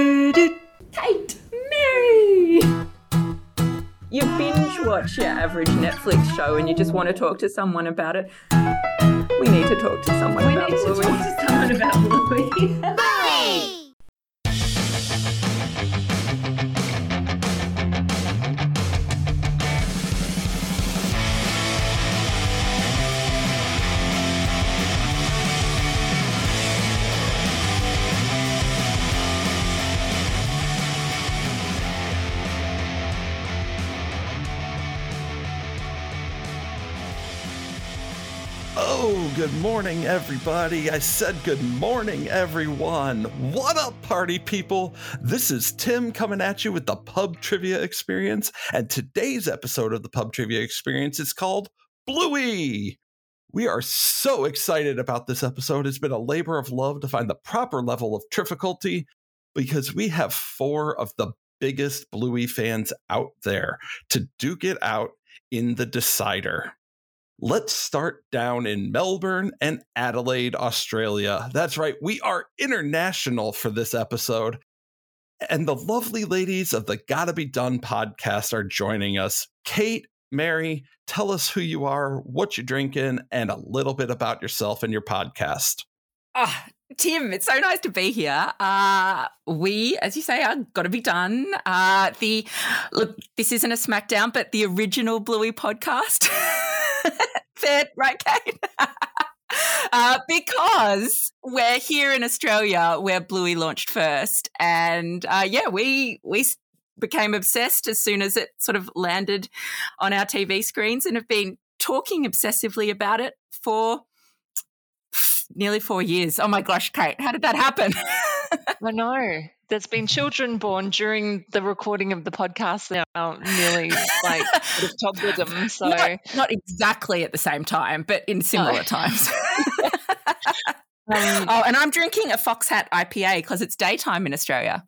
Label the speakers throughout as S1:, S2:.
S1: Kate, Mary. You binge watch your average Netflix show and you just want to talk to someone about it. We need to talk to someone
S2: We
S1: about
S2: need to
S1: Bluey.
S2: talk to someone about Louis.
S3: Oh, good morning, everybody. I said good morning, everyone. What up, party people? This is Tim coming at you with the Pub Trivia Experience. And today's episode of the Pub Trivia Experience is called Bluey. We are so excited about this episode. It's been a labor of love to find the proper level of difficulty because we have four of the biggest Bluey fans out there to duke it out in the decider. Let's start down in Melbourne and Adelaide, Australia. That's right, we are international for this episode. And the lovely ladies of the Gotta Be Done podcast are joining us. Kate, Mary, tell us who you are, what you're drinking, and a little bit about yourself and your podcast.
S2: Ah, Tim, it's so nice to be here. Uh, we, as you say, are got to be done. Uh, the look, this isn't a smackdown, but the original Bluey podcast. Fair, right, Kate? Uh, because we're here in Australia, where Bluey launched first, and uh, yeah, we we s- became obsessed as soon as it sort of landed on our TV screens, and have been talking obsessively about it for nearly four years. Oh my gosh, Kate, how did that happen?
S4: I know. There's been children born during the recording of the podcast now, nearly like sort of toddlerdom. So
S2: not, not exactly at the same time, but in similar
S4: No.
S2: times.
S4: um,
S2: oh, and I'm drinking a Fox Hat IPA because it's daytime in Australia.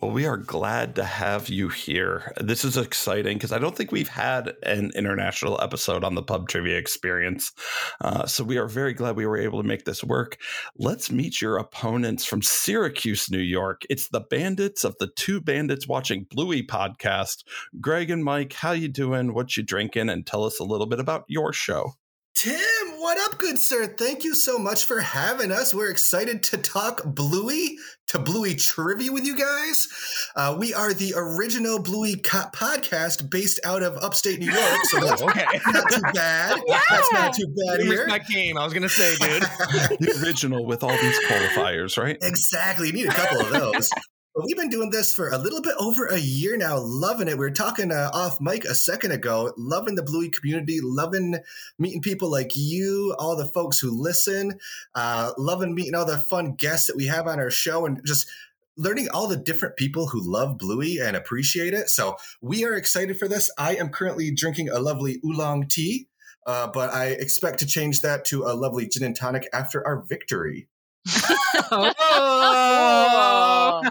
S3: Well, we are glad to have you here. This is exciting because I don't think we've had an international episode on the pub trivia experience. Uh, so we are very glad we were able to make this work. Let's meet your opponents from Syracuse, New York. It's the bandits of the two bandits watching Bluey podcast. Greg and Mike, how you doing? What you drinking? And tell us a little bit about your show.
S5: Tim, what up, good sir? Thank you so much for having us. We're excited to talk Bluey, to Bluey trivia with you guys. Uh, we are the original Bluey co- podcast based out of upstate New York, so that's
S6: Oh, okay.
S5: not too bad. That's not too bad
S6: You missed
S5: here.
S6: my cane. I was gonna say, dude.
S3: The original with all these qualifiers, right?
S5: Exactly. You need a couple of those. But we've been doing this for a little bit over a year now, loving it. We were talking uh, off mic a second ago, loving the Bluey community, loving meeting people like you, all the folks who listen, uh, loving meeting all the fun guests that we have on our show, and just learning all the different people who love Bluey and appreciate it. So we are excited for this. I am currently drinking a lovely oolong tea, uh, but I expect to change that to a lovely gin and tonic after our victory.
S4: oh.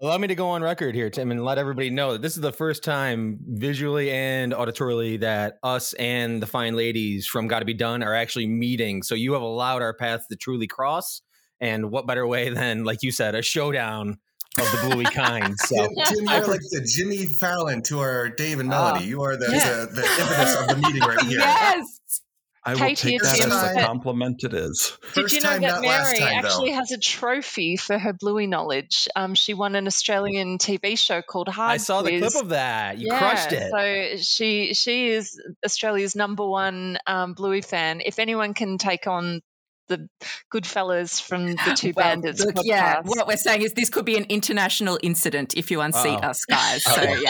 S6: Allow me to go on record here, Tim, and let everybody know that this is the first time visually and auditorily that us and the fine ladies from Gotta Be Done are actually meeting. So you have allowed our paths to truly cross. And what better way than, like you said, a showdown of the bluey kind. So
S5: Tim, Tim, you're like the Jimmy Fallon to our Dave and
S4: Ah,
S5: Melody. you are the,
S4: yeah.
S5: the, the impetus of the meeting right here.
S2: Yes.
S3: I will
S4: Katie
S3: take
S4: is
S3: that
S5: in
S3: as a
S5: the-
S3: compliment it is.
S4: Did
S5: First
S4: you know
S5: time,
S4: that
S5: not last
S4: Mary
S5: time,
S4: actually
S5: though.
S4: has a trophy for her bluey knowledge? Um, she won an Australian TV show called Hard
S6: I saw the
S4: Quiz.
S6: clip of that. You
S4: Yeah,
S6: crushed it.
S4: So she she is Australia's number one um, Bluey fan. If anyone can take on the Goodfellas from the Two
S2: Well,
S4: Bandits
S2: look,
S4: podcast,
S2: yeah, what we're saying is this could be an international incident if you unseat
S6: Uh-oh.
S2: us, guys. So,
S6: Uh-oh.
S5: Oh, boy.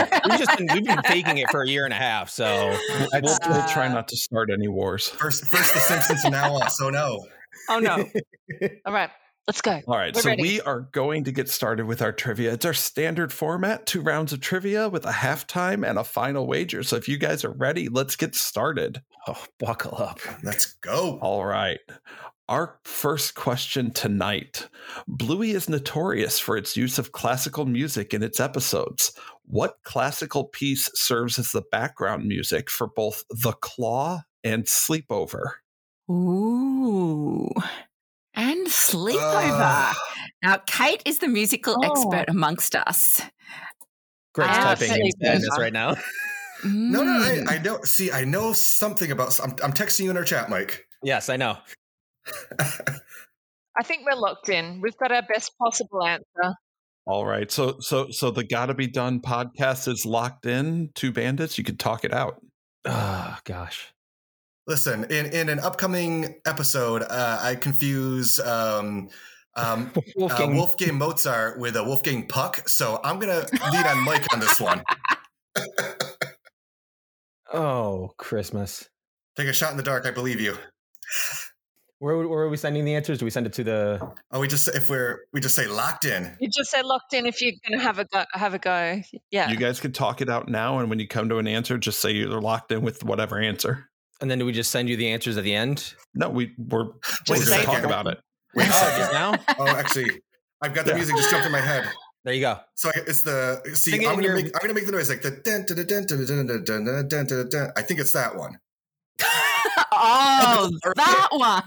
S2: yeah.
S6: we've just been, we've been faking it for a year and a half. So
S3: We'll,
S6: that's-
S3: we'll try not to start any wars.
S5: First, first the Simpsons and now us. Oh no!
S2: oh, no.
S4: all right, let's go.
S3: All right,
S4: We're
S3: so
S4: ready.
S3: we are going to get started with our trivia. It's our standard format, two rounds of trivia with a halftime and a final wager. So if you guys are ready, let's get started.
S6: oh, buckle up.
S5: Let's go.
S3: All right. Our first question tonight. Bluey is notorious for its use of classical music in its episodes. What classical piece serves as the background music for both The Claw and Sleepover?
S2: Ooh. And Sleepover.
S5: Uh.
S2: now, Kate is the musical
S4: Oh.
S2: expert amongst us.
S6: Greg's
S4: Ah,
S6: typing
S4: okay.
S6: in sadness right now.
S5: No, no,
S2: Mm.
S5: I, I know. See, I know something about. I'm, I'm texting you in our chat, Mike.
S6: yes, I know.
S4: I think we're locked in. We've got our best possible answer.
S3: All right. So so so the gotta be done podcast is locked in. Two bandits. You could talk it out.
S6: Oh gosh.
S5: Listen, in, in an upcoming episode, uh, I confuse um, um, Wolfgang. Uh,
S6: Wolfgang.
S5: Wolfgang Mozart with a Wolfgang Puck. So I'm gonna lead on Mike on this one.
S6: oh, Christmas.
S5: Take a shot in the dark. I believe you.
S6: Where, where are we sending the answers? Do we send it to the?
S5: Oh, we just if we're we just say locked in.
S4: You just say locked in if you're going to have a go. Have a go. Yeah.
S3: You guys could talk it out now, and when you come to an answer, just say you're locked in with whatever answer.
S6: And then do we just send you the answers at the end?
S3: No, we we're we're
S5: Wait a
S3: just
S5: second.
S3: talk about it.
S5: Wait a
S6: Oh, just
S5: second.
S6: now.
S5: Oh, actually, I've got the
S3: Yeah.
S5: music just jumped in my head.
S6: There you go.
S5: So I, it's the see.
S6: Sing it
S5: I'm
S6: in
S5: gonna
S6: your-
S5: make I'm gonna make the noise like the dun, dun, dun, dun, dun, dun, dun, dun, dun, dun, dun, dun. I think it's that one.
S2: oh, that one.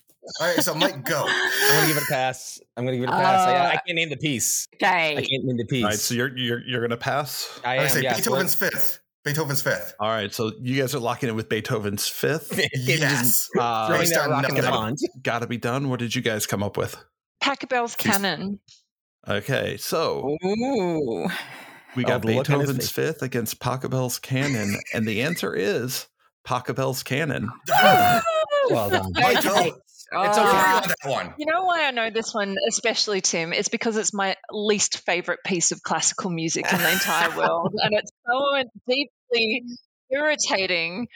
S5: All right, so Mike, go.
S6: I'm gonna give it a pass. I'm gonna give it a pass. I, I can't name the piece. I
S2: Okay.
S6: can't name the piece.
S3: All right. So you're you're you're gonna pass.
S6: I
S5: I
S6: am.
S5: say
S6: yeah.
S5: Beethoven's fifth. Beethoven's fifth.
S3: All right. So you guys are locking in with Beethoven's fifth.
S5: Yes.
S3: Uh,
S5: Throwing that rock in the
S6: pond.
S3: gotta be done. What did you guys come up with?
S4: Pachelbel's cannon.
S3: Okay, so
S2: Ooh.
S3: we
S6: Oh,
S3: got
S6: the look on his
S3: Oh, Beethoven's Fifth against Pachelbel's Canon, and the answer is Pachelbel's Canon.
S6: Well done.
S5: Michael,
S2: Okay.
S6: it's
S5: Don't worry
S2: Oh.
S6: okay.
S5: about that one.
S4: You know why I know this one, especially Tim, is because it's my least favorite piece of classical music in the entire world, and it's so deeply irritating.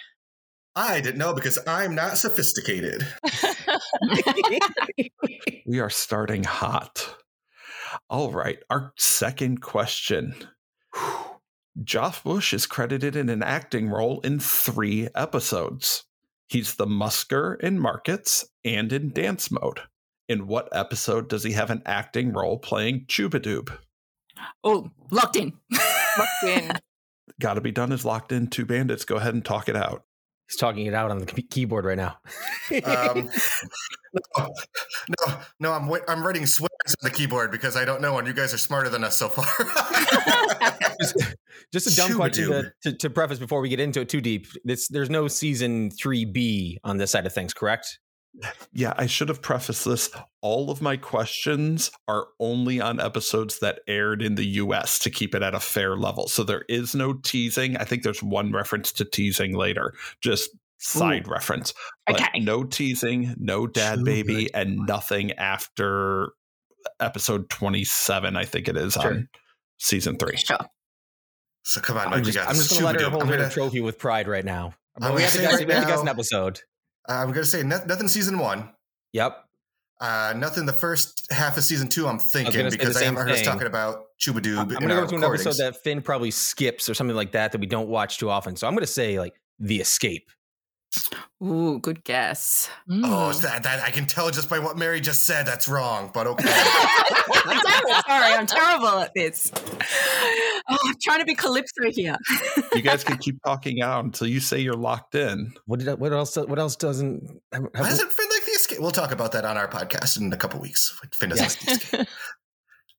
S5: I didn't know because I'm not sophisticated.
S2: Ah.
S3: We are starting hot. All right, our second question. Whew. Joff Bush is credited in an acting role in three episodes. He's the Musker in Markets and in Dance Mode. In what episode does he have an acting role playing Chubadoob?
S2: Oh, locked in.
S4: Locked in.
S3: Gotta be done is locked in. Two bandits. Go ahead and talk it out.
S6: He's talking it out on the key- keyboard right now.
S5: Um, no, no, no, I'm wa- I'm writing swears on the keyboard because I don't know, and you guys are smarter than us so far.
S6: Just a dumb question to,
S5: Shoo-ba-doo.
S6: to, to preface before we get into it too deep. This there's no season three B on this side of things, correct?
S3: Yeah, I should have prefaced this. All of my questions are only on episodes that aired in the US to keep it at a fair level. So there is no teasing. I think there's one reference to teasing later, just side reference. But
S2: Okay.
S3: no teasing, no dad
S5: Too
S3: baby,
S5: good.
S3: and nothing after episode 27, I think it is
S6: Sure.
S3: on season three.
S2: Sure.
S5: so come on, Mike.
S6: I'm
S5: you
S6: just,
S5: got
S6: I'm just
S5: this.
S6: gonna let her
S5: Shoo-ba-doo.
S6: hold
S5: I'm
S6: her
S5: gonna-
S6: trophy with pride right now.
S5: I'm gonna
S6: we have to
S5: say
S6: guess,
S5: right
S6: we have to guess
S5: now- uh,
S6: an episode.
S5: I'm gonna say noth- nothing season one.
S6: Yep.
S5: Uh, nothing the first half of season two, I'm thinking,
S6: gonna say the
S5: because I
S6: same
S5: haven't heard us
S6: thing.
S5: talking about Chuba
S6: I- I'm
S5: Doob.
S6: gonna go to an episode that Finn probably skips or something like that that we don't watch too often. So I'm gonna say like the escape.
S2: Ooh, good guess.
S6: Hmm.
S5: Oh,
S4: Mm.
S5: that, that I can tell just by what Mary just said. That's wrong, but okay.
S2: Sorry, sorry, I'm terrible at this. Oh, I'm trying to be Calypso here.
S3: You guys can keep talking out until you say you're locked in.
S6: What did I, what else what else doesn't have, have-
S5: Why doesn't Finn like the escape? We'll talk about that on our podcast in a couple weeks. Finn doesn't like the escape.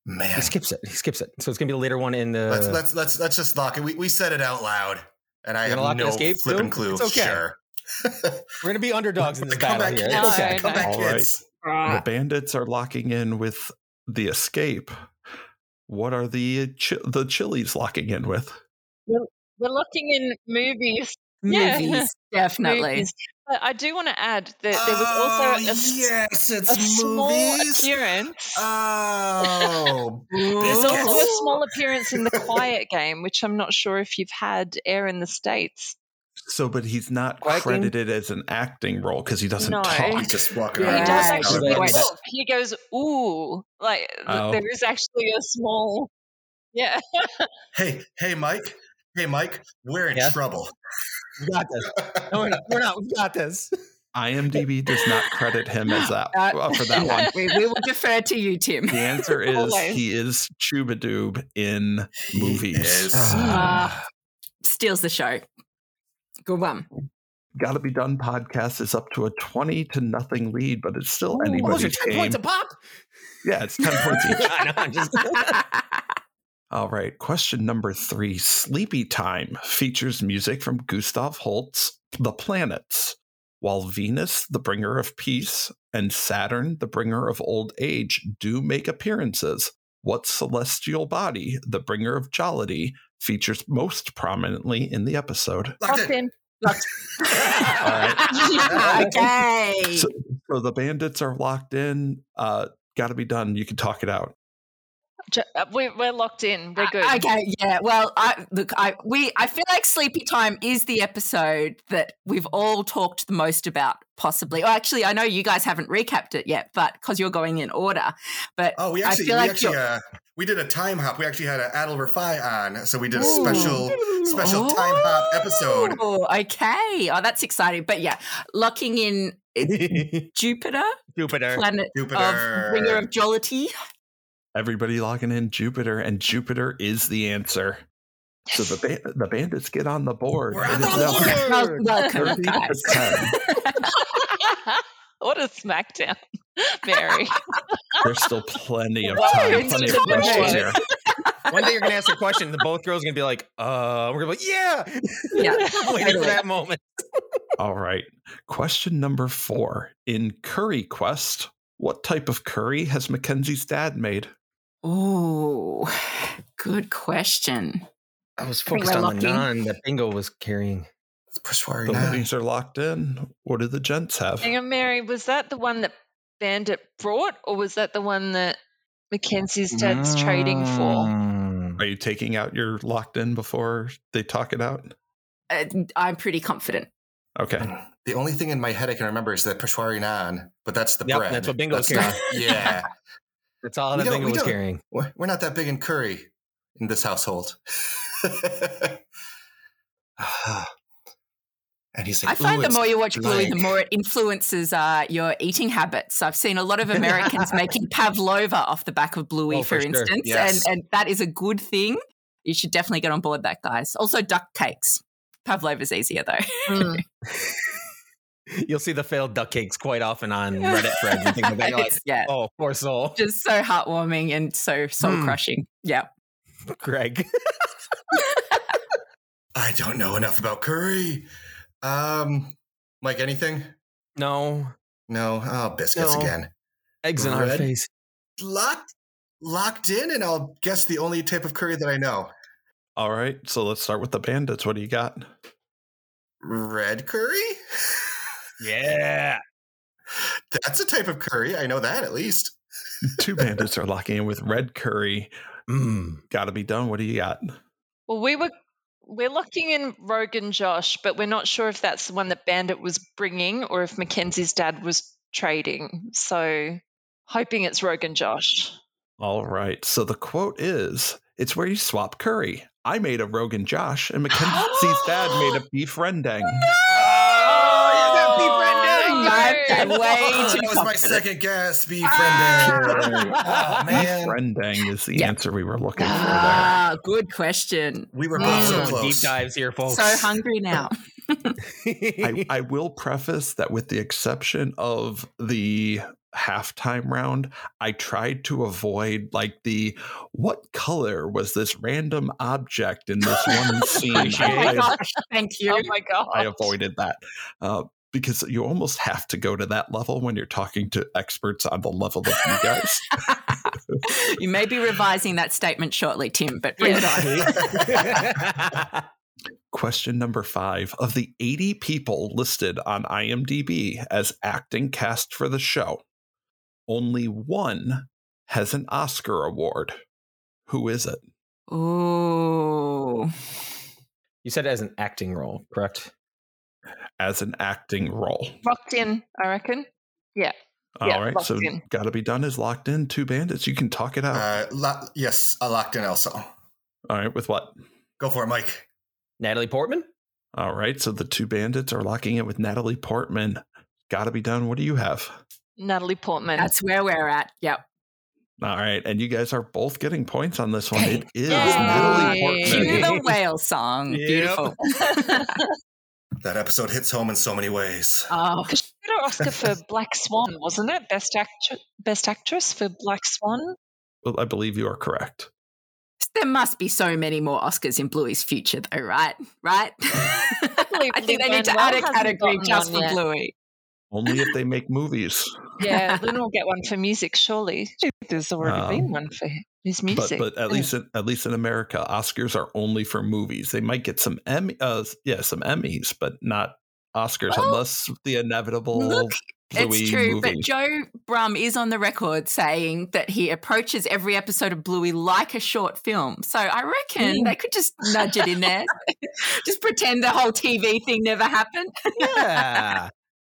S5: Man,
S6: he skips it. He skips it. So it's gonna be the later one in the
S5: let's let's let's let's just lock it. We, we said it out loud, and I
S6: You're
S5: have
S6: gonna lock the
S5: no
S6: escape too?
S5: flipping clue.
S6: It's okay.
S5: Sure.
S6: We're gonna be underdogs in this
S5: Come
S6: battle
S5: back,
S6: here.
S5: kids.
S6: It's okay.
S4: No,
S5: Come back,
S3: All right.
S5: kids.
S3: the bandits are locking in with the escape. What are the chi- the Chili's locking in with?
S4: We're looking in movies. Yeah.
S2: Movies, definitely.
S4: movies. But I do want to add that there was also a, s-
S5: Oh, yes,
S4: a small appearance.
S5: Oh,
S4: There's also a
S5: Biscuits.
S4: small appearance in the Quiet Game, which I'm not sure if you've had air in the States.
S3: So, but he's not
S6: Quacking?
S3: credited as an acting role because he doesn't
S4: No.
S3: talk.
S5: he's just walking
S2: Yeah.
S4: He
S5: around.
S4: does
S2: Right.
S4: actually
S6: Right.
S4: talk. He goes, "Ooh!" Like th-
S3: Oh.
S4: there is actually a small, yeah.
S5: Hey, hey, Mike. Hey, Mike. We're in
S6: Yeah? Oh.
S5: trouble.
S6: We got this. No, we're not. We're not. We got this.
S3: IMDb does not credit him as that
S2: Uh,
S3: well, for that one.
S2: we, we will defer to you, Tim.
S3: The answer is
S4: Always.
S3: he is Chubadoob in
S5: He
S3: movies.
S5: is-
S2: Ah. Steals the show. Good one.
S3: Gotta Be Done podcast is up to a 20 to nothing lead, but it's still
S6: Ooh,
S3: anybody's
S6: those are 10
S3: game.
S6: points a pop.
S3: yeah, it's 10 points each.
S6: I know, I'm just-
S3: All right. Question number three Sleepy Time features music from Gustav Holst's The Planets, while Venus, the bringer of peace, and Saturn, the bringer of old age, do make appearances. What celestial body, the bringer of jollity, features most prominently in the episode?
S5: Locked in.
S2: okay.
S3: So, so the bandits are locked in. Uh, gotta be done. You can talk it out.
S4: Ju- uh, we- We're locked in. We're good.
S2: Uh, Okay, yeah. Well, I look, I we I feel like Sleepy Time is the episode that we've all talked the most about, possibly. Or actually, I know you guys haven't recapped it yet, but because you're going in order. But
S5: Oh, we
S2: I
S5: actually,
S2: feel
S5: we
S2: like
S5: actually,
S2: you're-
S5: uh, we did a time hop. We actually had an Adel Rafi on, so we did a
S2: Ooh.
S5: special special time hop episode.
S2: Oh, okay. Oh, that's exciting. But yeah, locking in Jupiter,
S6: Jupiter.
S2: planet
S5: Jupiter.
S2: of bringer of jollity.
S3: Everybody logging in Jupiter, and Jupiter is the answer. So the ba- the bandits get on the board.
S5: We're
S3: It
S5: on
S3: is
S5: the
S3: now
S5: board!
S2: Well, welcome,
S3: 13 to
S2: guys.
S3: 10.
S4: what a smackdown, Mary.
S3: There's still plenty of
S4: Whoa,
S3: time,
S4: it's
S3: plenty of
S4: so
S3: questions
S4: much.
S3: here.
S6: One day you're gonna ask a question, the both girls are gonna be like, uh, we're gonna be like, yeah,
S2: Yeah.
S6: waiting for that moment.
S3: All right. Question number four. In Curry Quest, what type of curry has Mackenzie's dad made?
S2: Oh, good question.
S6: I was
S2: think focused we're on the locked
S6: nun that Bingo was carrying.
S5: It's Peshwari
S3: The
S5: Nine.
S3: ladies are locked in. What do the gents have?
S4: Hang on, Mary. Was that the one that Bandit brought, or was that the one that Mackenzie's dad's trading
S5: Mm.
S4: for?
S6: Mm.
S3: Are you taking out your locked in before they talk it out?
S2: Uh, I'm pretty confident.
S3: Okay.
S5: The only thing in my head I can remember is the Peshwari Naan, but that's the
S6: Yep,
S5: bread.
S6: that's what Bingo was
S5: That's not- yeah,
S6: That's all
S5: We
S6: that
S5: don't-
S6: Bingo
S5: we
S6: was
S5: don't-
S6: carrying.
S5: we're we're not that big in curry in this household. and he's like,
S2: I find
S5: "Ooh,
S2: the
S5: it's
S2: more you watch Bluey,
S5: blank."
S2: the more it influences uh, your eating habits. I've seen a lot of Americans making pavlova off the back of Bluey,
S6: Oh,
S2: for,
S6: for sure.
S2: instance,
S5: Yes.
S2: and, and that is a good thing. You should definitely get on board that, guys. Also, duck cakes. Pavlova's easier though.
S4: Mm.
S6: You'll see the failed duck cakes quite often on Reddit threads and things like that. You're like,
S2: It's- yeah,
S6: oh, poor soul,
S2: just so heartwarming and so soul
S6: Mm.
S2: crushing. Yeah.
S6: Greg.
S5: I don't know enough about curry. Um, Mike, anything?
S6: No
S5: No. Oh, biscuits
S6: No.
S5: again.
S6: eggs in our
S5: Red?
S6: face.
S5: Locked, locked in, and I'll guess the only type of curry that I know:
S3: All right. So let's start with the bandits. What do you got?
S5: red curry.
S6: Yeah.
S5: That's a type of curry. I know that at least.
S3: Two bandits are locking in with red curry.
S6: Mm.
S3: Gotta be done. What do you got?
S4: Well, we were we're locking in Rogan Josh, but we're not sure if that's the one that Bandit was bringing or if Mackenzie's dad was trading. So, hoping it's Rogan Josh.
S3: All right. So the quote is it's where you swap curry. I made a Rogan Josh, and Mackenzie's dad made a beef rendang.
S6: Oh,
S2: Brendan.
S4: no.
S2: Way too
S5: that was my
S2: confident.
S5: second guess. Be
S2: Ah!
S5: friended. oh
S3: Beef
S5: man,
S3: rendang is the
S2: Yeah.
S3: answer we were looking for there.
S2: Ah, good question.
S5: we were both so
S2: Mm.
S5: close.
S6: Deep dives here, folks.
S2: So hungry now.
S3: I, I will preface that with the exception of the halftime round, I tried to avoid like the what color was this random object in this one scene. I-
S6: Appreciate
S2: Oh my
S3: I-
S2: gosh, thank you.
S4: Oh my god!
S3: I avoided that uh, because you almost have to go to that level when you're talking to experts on the level of you guys.
S2: Oh, you may be revising that statement shortly, Tim, but bring
S4: Yes.
S2: it on.
S3: Question number five Of the 80 people listed on IMDb as acting cast for the show, only one has an Oscar award. Who is it?
S2: Ooh.
S6: you said it as an acting role, correct?
S3: As an acting role.
S4: Locked in, I reckon. Yeah,
S3: All right.
S4: locked
S3: So,
S4: in.
S3: Gotta Be Done is locked in. Two bandits. You can talk it out.
S5: Uh, lo- yes, I locked in also.
S3: All right. With what?
S5: Go for it, Mike.
S6: Natalie Portman?
S3: All right, so the two bandits are locking in with Natalie Portman. Gotta be done. What do you have?
S4: Natalie Portman.
S2: That's where we're at. Yep.
S3: All right, and you guys are both getting points on this one. It is
S4: Yay.
S3: Natalie
S4: Yay.
S2: Cue
S3: Portman.
S2: the whale song.
S6: Yep.
S2: Beautiful.
S5: That episode hits home in so many ways.
S2: Oh,
S4: Because she got an Oscar for Black Swan, wasn't it? Best actress, best actress for Black Swan.
S3: Well, I believe you are correct.
S2: there must be so many more Oscars in Bluey's future, though, right? Right?
S4: believe
S2: I think they
S4: Lin-Manuel
S2: need to add a
S4: hasn't
S2: category
S4: gotten
S2: just
S4: one
S2: for
S4: yet.
S2: Bluey.
S3: Only if they make movies.
S4: Yeah, Lynn will get one for music, surely. There's already
S3: Um,
S4: been one for his
S3: But,
S4: music.
S3: but at
S4: Yeah.
S3: least in, at least in America, Oscars are only for movies. They might get some Emmy, uh, yeah, some Emmys, but not Oscars
S2: Well,
S3: unless the inevitable
S2: look,
S3: Bluey
S2: it's true,
S3: movie.
S2: but Joe Brum is on the record saying that he approaches every episode of Bluey like a short film. So I reckon
S6: Hmm.
S4: Mm.
S2: they could just nudge it in there, just pretend the whole TV thing never happened.
S6: Yeah.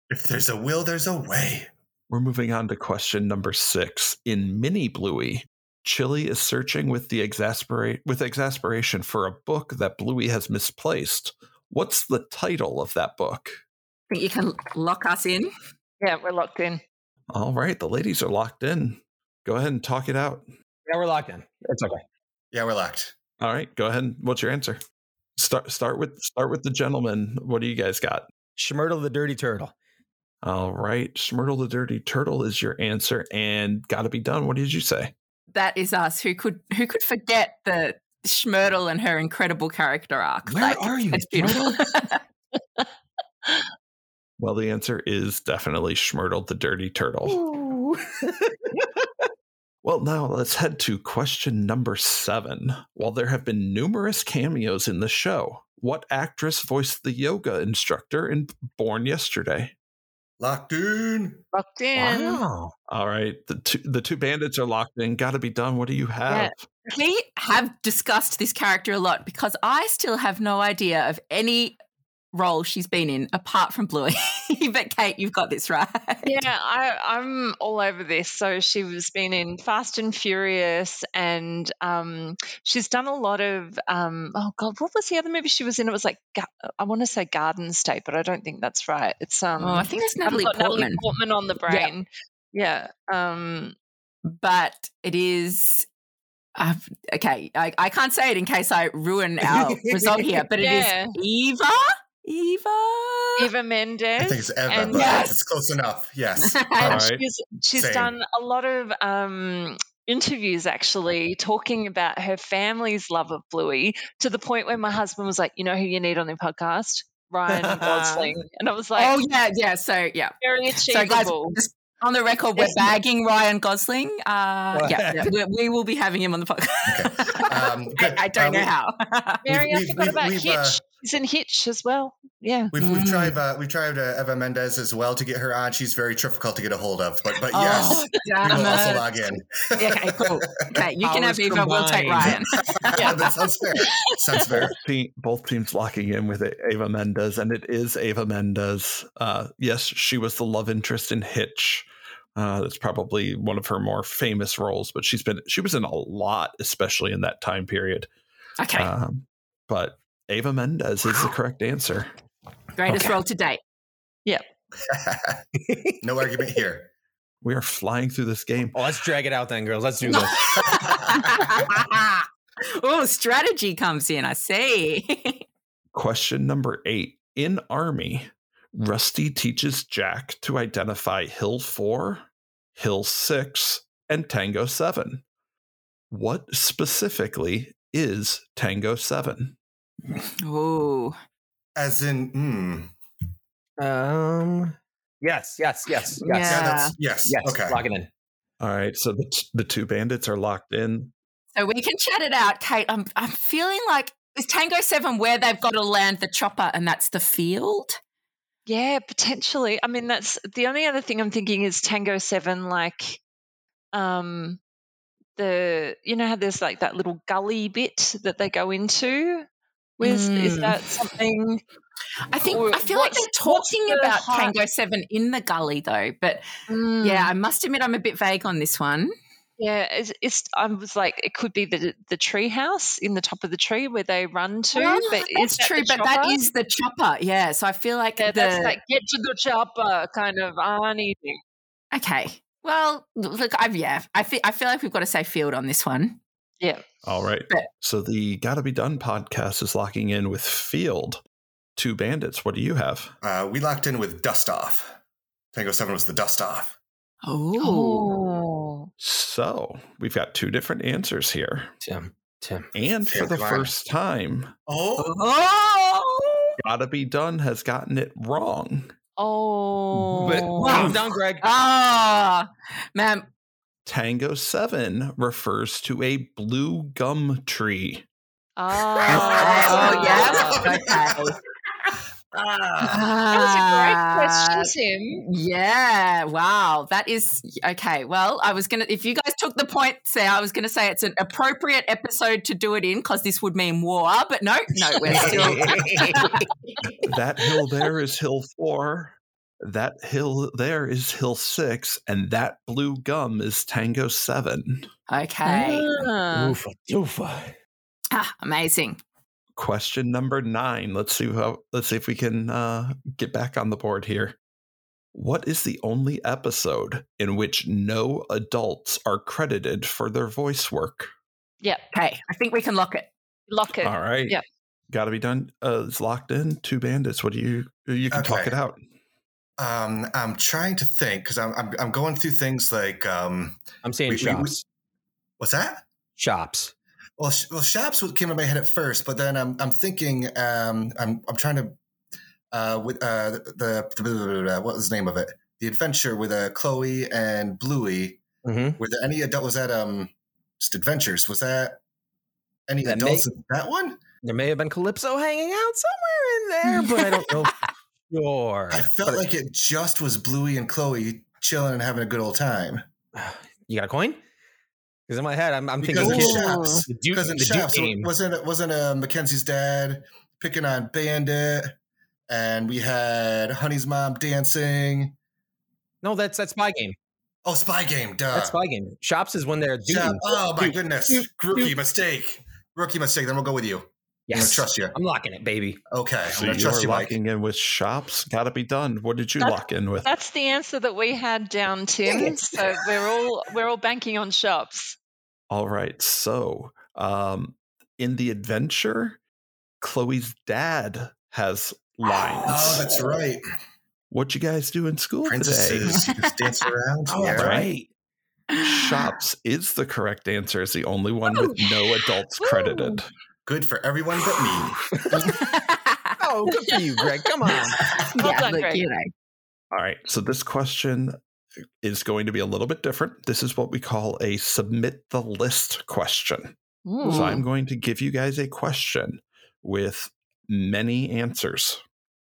S5: If there's a will, there's a way.
S3: We're moving on to question number six. In Mini Bluey, Chili is searching with the exasperate with exasperation for a book that Bluey has misplaced. What's the title of that book?
S2: I think you can lock us in.
S4: yeah, we're locked in.
S3: All right, the ladies are locked in. Go ahead and talk it out.
S6: yeah, we're locked in. It's okay.
S5: Yeah, we're locked.
S3: All right, go ahead. and- What's your answer? Start start with start with the gentleman. What do you guys got?
S6: Schmurtle the Dirty Turtle.
S3: All right, Smurtle the Dirty Turtle is your answer, and gotta be done. What did you say?
S2: That is us. Who could who could forget the Schmurtle and her incredible character arc?
S6: Where are you,
S2: It's beautiful.
S3: Well, the answer is definitely Schmurtle the Dirty Turtle. Well, now let's head to question number seven. While there have been numerous cameos in the show, what actress voiced the yoga instructor in Born Yesterday?
S5: Locked in.
S4: Locked in.
S3: All right, the two, the two bandits are locked in. Got to be done. What do you have?
S2: We have discussed this character a lot because I still have no idea of any role she's been in apart from Bluey. but Kate, you've got this right.
S4: Yeah, I, I'm all over this. So she was been in Fast and Furious, and um, she's done a lot of um, oh god, what was the other movie she was in? It was like Ga- I want to say Garden State, but I don't think that's right. It's um,
S2: Oh, I think that's
S4: I've
S2: Natalie
S4: got
S2: Portman.
S4: Natalie Portman on the brain. Yeah. Um,
S2: But it is. I've, okay, I, I can't say it in case I ruin our result here, but
S4: Yeah.
S2: it is Eva. Eva. Uh,
S4: Eva Mendes.
S5: I think it's Eva,
S4: and-
S5: but
S2: Yes.
S5: it's close enough. Yes.
S4: And
S3: All right.
S4: she's she's
S5: Same.
S4: done a lot of um, interviews actually talking about her family's love of Bluey to the point where my husband was like, "You know who you need on the podcast." Ryan Gosling, and I was like,
S2: oh, yeah, yeah. So, yeah.
S4: very
S2: So, guys,
S4: achievable.
S2: just on the record, we're
S4: Yes.
S2: bagging Ryan Gosling. Uh, yeah, yeah, we, we will be having him on the podcast.
S5: Um,
S2: I,
S5: good.
S2: I don't
S5: Uh,
S2: know
S5: we-
S2: how.
S4: Mary, I
S5: we've-
S4: forgot
S5: we've-
S4: about
S5: we've,
S4: Hitch.
S5: uh,
S4: He's in Hitch as well. Yeah.
S5: We've, we've
S2: Mm.
S5: tried uh, we tried uh, Eva Mendez as well to get her on. She's very difficult to get a hold of, but but
S2: Oh,
S5: yes, we
S2: damn
S5: will also
S2: it.
S5: log in.
S2: Okay, cool. Okay, you can
S6: Powers
S2: have Eva. We'll take Ryan.
S6: combined.
S5: yeah, that sounds fair. Sounds fair.
S3: Both, te- both teams locking in with Ava Mendez, and it is Ava Mendez. Uh, yes, she was the love interest in Hitch. Uh, that's probably one of her more famous roles, but she's been she was in a lot, especially in that time period.
S2: Okay,
S6: Uh,
S3: Um, but Ava Mendez is the correct answer.
S2: greatest
S3: okay.
S2: role to date.
S5: no argument here.
S3: We are flying through this game.
S6: Oh, let's drag it out then, girls. Let's do
S2: No.
S6: this.
S2: oh, strategy comes in. I see.
S3: Question number eight. In Army, Rusty teaches Jack to identify Hill 4, Hill 6, and Tango 7. What specifically is Tango 7?
S2: oh,
S5: As in, mm,
S6: Um. Yes. Yes. Yes. Yes.
S5: yeah,
S2: Yeah.
S5: that's yes.
S6: Yes.
S5: Okay.
S6: Lock it in.
S3: All right, so the, t- the two bandits are locked in.
S2: so we can chat it out, Kate. I'm I'm feeling like is Tango Seven where they've got to land the chopper, and that's the field.
S4: Yeah, potentially. I mean, that's the only other thing I'm thinking is Tango Seven, like, um, the you know how there's like that little gully bit that they go into. Where's,
S2: Mm.
S4: Is that something?
S2: I think
S4: Or
S2: I feel like
S4: what's-
S2: they're
S4: what's
S2: talking
S4: the
S2: about
S4: hi-
S2: Tango Seven in the gully though, but yeah, I must admit I'm a bit vague on this one.
S4: Mm, yeah. It's, it's. I was like, it could be the the tree house in the top of the tree where they run to.
S2: Well,
S4: but
S2: Ah, that's
S4: is that
S2: true,
S4: the
S2: but that
S4: chopper?
S2: is the chopper. Yeah, so I feel like
S4: yeah,
S2: the
S4: that's like get to the chopper kind of Arnie thing.
S2: okay. Well, look, I've yeah, I feel I feel like we've got to say field on this one.
S3: All right.
S2: Bet.
S3: So the Gotta Be Done podcast is locking in with Field. two bandits. What do you have?
S5: Uh, we locked in with Dust Off. Tango 7 was the Dust Off.
S2: Oh.
S4: Oh.
S3: So we've got two different answers here.
S6: Tim. Tim.
S3: And for
S5: Yeah,
S3: the
S5: come on.
S3: first time,
S5: Oh,
S2: Oh.
S3: Gotta Be Done has gotten it wrong.
S4: Oh.
S6: But thumbs down, Greg.
S2: Ah, man.
S3: Tango 7 refers to a blue gum tree.
S4: Ah.
S2: Oh, yes. Okay.
S4: That was a
S2: Ah.
S4: great question, Tim.
S2: Yeah. Wow. That is okay. Well, I was going to, if you guys took the point, say, I was going to say it's an appropriate episode to do it in because this would mean war, but no, no, we're still.
S3: That hill there is hill 4. That hill there is hill 6. And that blue gum is Tango 7.
S2: Okay.
S4: Ah.
S6: Oofa, doofa.
S2: Ah, amazing.
S3: Question number 9. Let's see how let's see if we can uh, get back on the board here. What is the only episode in which no adults are credited for their voice work?
S2: Okay. I think we can lock it.
S4: Lock it.
S3: All right.
S4: Yep.
S3: Got to be done. Uh, it's locked in. Two bandits. What do you? You can talk
S5: Okay.
S3: it out.
S5: um, I'm trying to think because I'm, I'm I'm going through things like um,
S6: I'm saying
S5: We- we-
S6: shops.
S5: what's that?
S6: shops.
S5: Well, sh- well, shops what came in my head at first, but then I'm I'm thinking um, I'm I'm trying to uh, with uh, the, the, what was the name of it? The adventure with uh, Chloe and Bluey.
S6: Mm-hmm.
S5: Were there any adult? Was that um just adventures? Was that any
S6: That
S5: adults in that one?
S6: There may have been Calypso hanging out somewhere in there, but I don't know. for sure.
S5: I felt
S6: But-
S5: like it just was Bluey and Chloe chilling and having a good old time.
S6: you got a coin? Because in my head, I'm, I'm
S5: Because
S6: thinking
S5: in
S4: kid-
S5: shops,
S6: the Duke,
S5: because in
S6: the Duke
S5: shops
S6: game.
S5: wasn't it- wasn't uh, Mackenzie's dad picking on Bandit, and we had Honey's mom dancing.
S6: No, that's that's spy game.
S5: Oh, spy game, duh.
S6: That's spy game. Shops is when they're
S5: Shop-
S6: doing.
S5: Oh my
S6: Dude,
S5: goodness,
S6: dude,
S5: rookie
S6: dude.
S5: mistake, rookie mistake. Then we'll go with you. I'm gonna
S6: Yes,
S5: trust you.
S6: I'm locking it, baby.
S5: Okay,
S3: So
S5: I'm gonna
S3: you're
S5: trust you, Mike.
S3: locking in with shops. Got to be done. What did you
S4: That's-
S3: lock in with?
S4: That's the answer that we had down,
S6: Dang
S4: Tim.
S6: it.
S4: So we're all we're all banking on shops.
S3: All right. So, um, in the adventure, Chloe's dad has lines.
S5: Oh, that's right.
S3: what you guys do in school today?
S5: Princesses, you just dance around.
S6: All
S5: yeah,
S6: right.
S5: right.
S3: Shops is the correct answer. It's the only one with no adults credited.
S5: Good for everyone but me.
S6: Oh, good for you, Greg. Come on.
S4: Well
S2: yeah,
S4: done,
S2: look,
S4: Greg.
S2: you know.
S3: All right. So this question is going to be a little bit different. This is what we call a submit the list question. So I'm going to give you guys a question with many answers.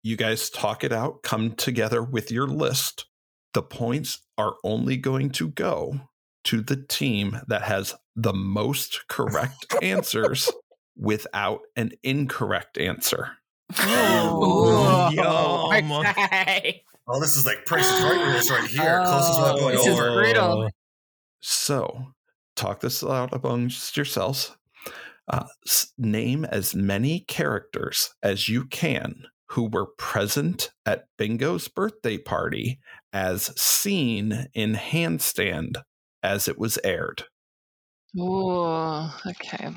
S3: You guys talk it out, come together with your list. The points are only going to go to the team that has the most correct answers without an incorrect answer.
S2: Ooh.
S6: Yum.
S2: Okay.
S5: Oh, this is like Price is Right rules right here. Closest one
S2: Oh,
S5: going
S2: this is
S5: over.
S2: brutal.
S3: So, talk this out amongst yourselves. Uh, s- name as many characters as you can who were present at Bingo's birthday party as seen in Handstand as it was aired.
S4: Ooh, okay.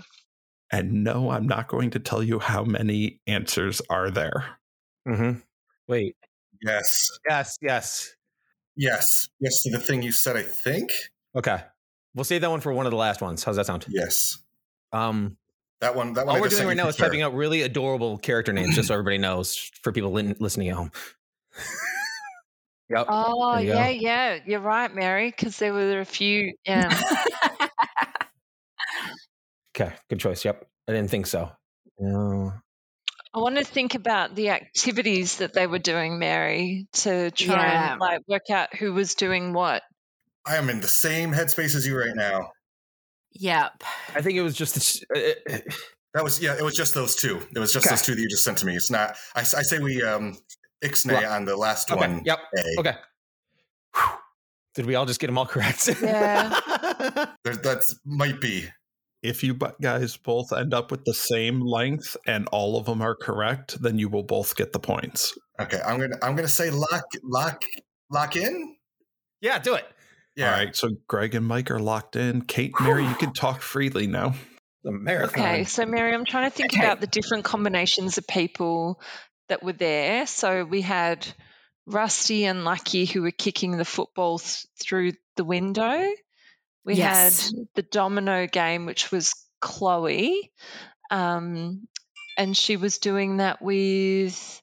S3: And no, I'm not going to tell you how many answers are there.
S6: Mm-hmm. Wait.
S5: Yes,
S6: Yes. Yes.
S5: yes, yes. To the thing you said, I think.
S6: Okay. We'll save that one for one of the last ones. How's that sound?
S5: Yes,
S6: Um,
S5: that one. That one.
S6: all
S5: I
S6: we're
S5: just sent
S6: doing right
S5: you
S6: now
S5: for
S6: is
S5: sure.
S6: typing out really adorable character names, just so everybody knows for people lin- listening at home. yep.
S2: Uh,
S4: Oh
S6: There you go.
S4: yeah, yeah. You're right, Mary, because there were a few yeah.
S6: Okay. Good choice. Yep. I didn't think so. Uh, No.
S4: I want to think about the activities that they were doing, Mary, to try
S2: Yeah.
S4: and like work out who was doing what.
S5: I am in the same headspace as you right now.
S2: Yep.
S6: I think it was just. Uh,
S5: That was yeah. It was just those two. It was just
S6: Okay.
S5: those two that you just sent to me. It's not. I, I say we um ixnay
S6: Right.
S5: on the last
S6: okay.
S5: one.
S6: Yep.
S5: A.
S6: Okay. Whew. Did we all just get them all correct?
S4: Yeah.
S5: There, that's might be.
S3: If you bu- guys both end up with the same length and all of them are correct, then you will both get the points.
S5: Okay. I'm gonna I'm gonna say lock lock lock in.
S6: yeah. Do it.
S5: Yeah.
S3: All right. So Greg and Mike are locked in. Kate, Mary, you can talk freely now.
S6: The marathon.
S4: Okay, so Mary, I'm trying to think
S6: Okay.
S4: about the different combinations of people that were there. So we had Rusty and Lucky who were kicking the football th- through the window. We
S2: Yes.
S4: had the domino game, which was Chloe. Um, and she was doing that with,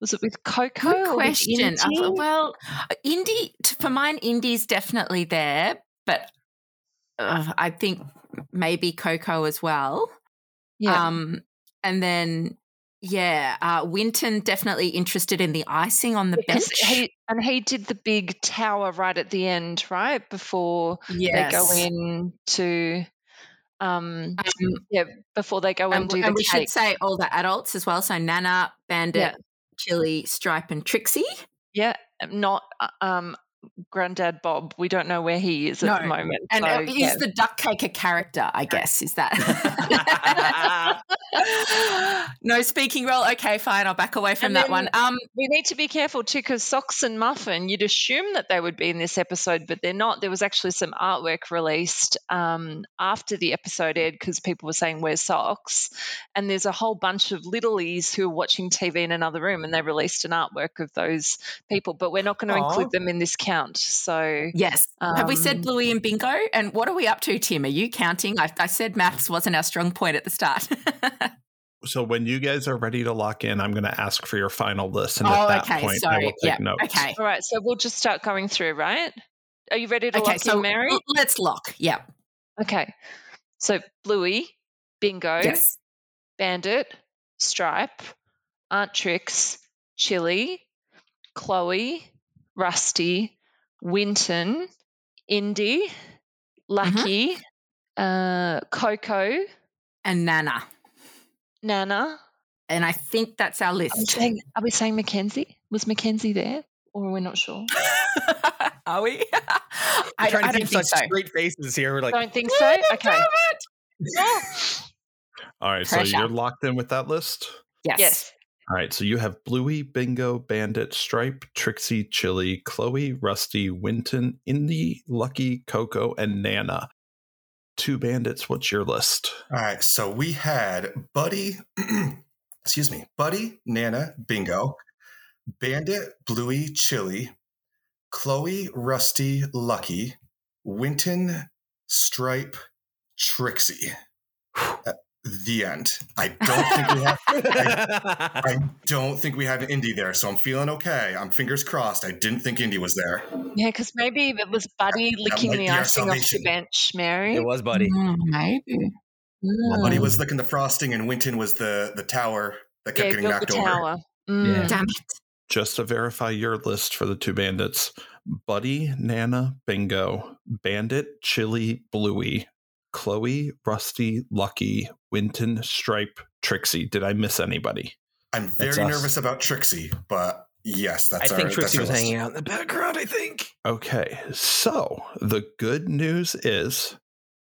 S4: was it with Coco?
S2: Good
S4: or with
S2: question. I
S4: Inti?
S2: thought, well, indie t- for mine, indie's definitely there, but uh, I think maybe Coco as well.
S4: yeah.
S2: Um, and then yeah, uh, Winton definitely interested in the icing on the
S4: Because
S2: bench.
S4: he, and he did the big tower right at the end, right? Before
S2: yes.
S4: they go in to, um,
S2: Um,
S4: yeah, before they go and,
S2: and
S4: do
S2: we,
S4: the
S2: and we should
S4: cake.
S2: say all the adults as well. So Nana, Bandit,
S4: Yeah.
S2: Chili, Stripe, and Trixie.
S4: Yeah, not uh, um, Granddad Bob. We don't know where he is at
S2: No,
S4: the moment.
S2: And
S4: so,
S2: uh, is
S4: yeah.
S2: the duck cake a character? I guess is that. no speaking role. Okay, fine. I'll back away from
S4: And
S2: that
S4: then-
S2: one. Um,
S4: we need to be careful too, because socks and muffin. You'd assume that they would be in this episode, but they're not. There was actually some artwork released um, after the episode aired because people were saying "Where's socks?" and there's a whole bunch of littlies who are watching TV in another room, and they released an artwork of those people. But we're not going to
S6: Aw.
S4: include them in this count. So
S2: yes. Have we said
S4: um,
S2: Bluey and Bingo? And what are we up to, Tim? Are you counting? I, I said maths wasn't our strong point at the start.
S3: So when you guys are ready to lock in, I'm going to ask for your final list, and at
S2: oh,
S3: that
S2: okay.
S3: point, I
S2: Sorry.
S3: will take
S2: yeah.
S3: notes.
S2: Okay.
S4: All right, so we'll just start going through, right? Are you ready to
S2: Okay.
S4: lock
S2: so
S4: in, Mary?
S2: l- let's lock. Yeah.
S4: Okay. So Bluey, Bingo,
S2: Yes.
S4: Bandit, Stripe, Aunt Trix, Chili, Chloe, Rusty, Winton, Indy,
S2: Mm-hmm.
S4: Lucky, uh, Coco,
S2: And Nana.
S4: Nana.
S2: And I think that's our
S4: Are we
S2: list.
S4: saying, are we saying Mackenzie? Was Mackenzie there? Or we're not sure.
S2: Are we?
S6: I'm
S2: I,
S6: trying to
S2: I don't
S6: keep
S2: think
S6: such
S2: so.
S6: straight faces here. We're like,
S4: Don't think so? Okay.
S3: All right,
S2: Pressure.
S3: so you're locked in with that list.
S2: Yes.
S4: Yes.
S3: All right, so you have Bluey, Bingo, Bandit, Stripe, Trixie, Chili, Chloe, Rusty, Winton, Indy, Lucky, Coco, and Nana. Two bandits. What's your list?
S5: All right, so we had Buddy, excuse me, Buddy, Nana, Bingo, Bandit, Bluey, Chili, Chloe, Rusty, Lucky, Winton, Stripe, Trixie. Uh, the end. I don't think we have. I don't think we have Indy there, so I'm feeling okay. I'm fingers crossed. I didn't think Indy was there.
S4: Yeah, because maybe it was Buddy licking
S5: might
S4: the
S5: be our
S4: icing off the
S5: salvation.
S4: bench, Mary.
S6: it was Buddy.
S2: Mm, maybe.
S4: Mm.
S5: Buddy was licking the frosting, and Winton was the the tower that
S4: Yeah,
S5: kept getting
S4: built
S5: knocked
S4: the
S5: over.
S4: tower. Mm.
S6: Yeah.
S2: Damn it.
S3: Just to verify your list for the two bandits Buddy, Nana, Bingo, Bandit, Chili, Bluey, Chloe, Rusty, Lucky, Winton, Stripe, Trixie. Did I miss anybody?
S5: I'm
S6: That's
S5: very
S6: us.
S5: nervous about Trixie, but yes,
S6: I
S5: that's our,
S6: think Trixie was
S5: that's our list.
S6: hanging out in the background. I think.
S3: Okay, so the good news is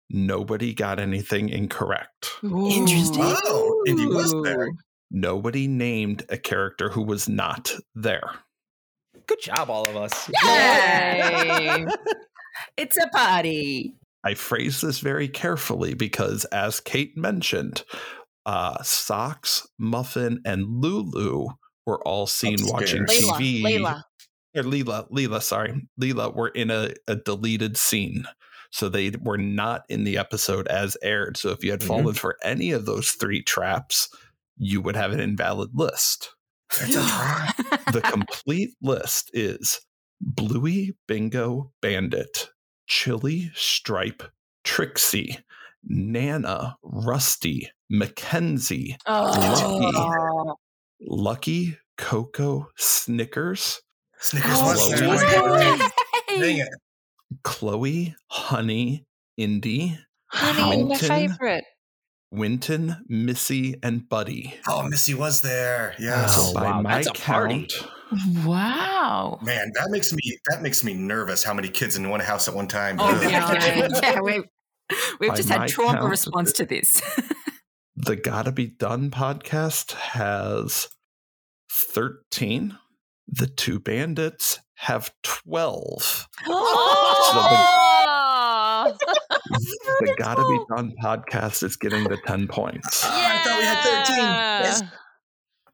S3: nobody got anything incorrect.
S2: Interesting.
S5: Oh, Indy was there.
S3: Nobody named a character who was not there.
S6: Good job, all of us.
S2: Yay! it's a party.
S3: I phrase this very carefully because, as Kate mentioned, uh, Socks, Muffin, and Lulu were all seen
S5: Upstairs.
S3: watching
S4: Leela,
S3: TV.
S4: Leela.
S3: Or Leela, Leela, sorry. Leela were in a, a deleted scene. So they were not in the episode as aired. So if you had
S6: Mhm.
S3: fallen for any of those three traps, you would have an invalid list.
S5: That's a trap.
S3: The complete list is Bluey, Bingo, Bandit, Chili, Stripe, Trixie, Nana, Rusty, Mackenzie,
S2: oh.
S4: Oh,
S3: Lucky, Coco, Snickers,
S5: Snickers
S3: Oh,
S5: was
S3: she
S5: there.
S3: was
S5: Wait,
S3: there.
S5: wait, wait. Dang
S2: Yay.
S5: it.
S3: Chloe, Honey, Indy,
S4: honey, my
S3: Winton.
S4: favorite.
S3: Winton, Missy, and Buddy.
S5: Oh, Missy was there. Yes.
S6: Oh, wow, that's a party.
S2: Wow.
S5: Man, that makes me that makes me nervous. How many kids in one house at one time?
S2: Oh,
S5: Ugh.
S2: yeah. yeah we've, we've
S3: By
S2: just
S3: my
S2: had trauma
S3: count-
S2: response to this.
S3: the Gotta Be Done podcast has 13. The two bandits have 12.
S4: Oh,
S3: The Gotta Be Done podcast is getting the 10 points.
S5: I thought we had 13.
S4: yeah.
S5: Yes.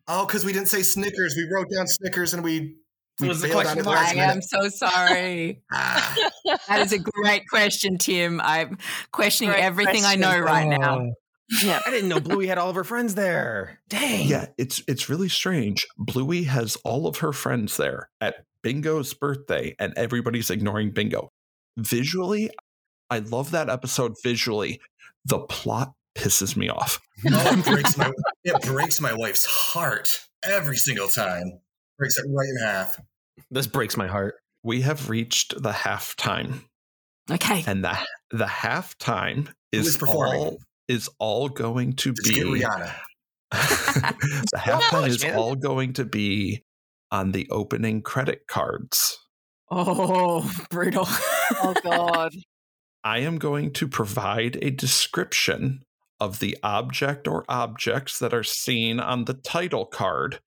S5: Oh, because we didn't say Snickers. We wrote down Snickers and we we
S7: Was the
S5: bailed on
S7: question
S5: it
S7: mark?
S5: last
S2: I am
S5: minute.
S2: so sorry.
S5: Ah,
S2: That is a great question, Tim. I'm questioning
S4: Great
S2: everything I know
S4: question.
S2: right now.
S6: Oh.
S4: Yeah.
S6: I didn't know Bluey had all of her friends there. Dang.
S3: Yeah, it's it's really strange. Bluey has all of her friends there at Bingo's birthday, and everybody's ignoring Bingo. Visually, I love that episode. Visually, the plot pisses me off.
S5: oh, it breaks my it breaks my wife's heart every single time. Breaks it right in half.
S6: This breaks my heart.
S3: We have reached the halftime,
S2: Okay.
S3: and the the halftime
S5: Who
S3: is,
S5: is performing?
S3: all is all going to
S5: Did
S3: be
S5: you get Rihanna?
S3: the halftime
S6: much,
S3: is
S6: man.
S3: all going to be on the opening credit cards.
S2: Oh, brutal.
S4: Oh God.
S3: I am going to provide a description of the object or objects that are seen on the title card.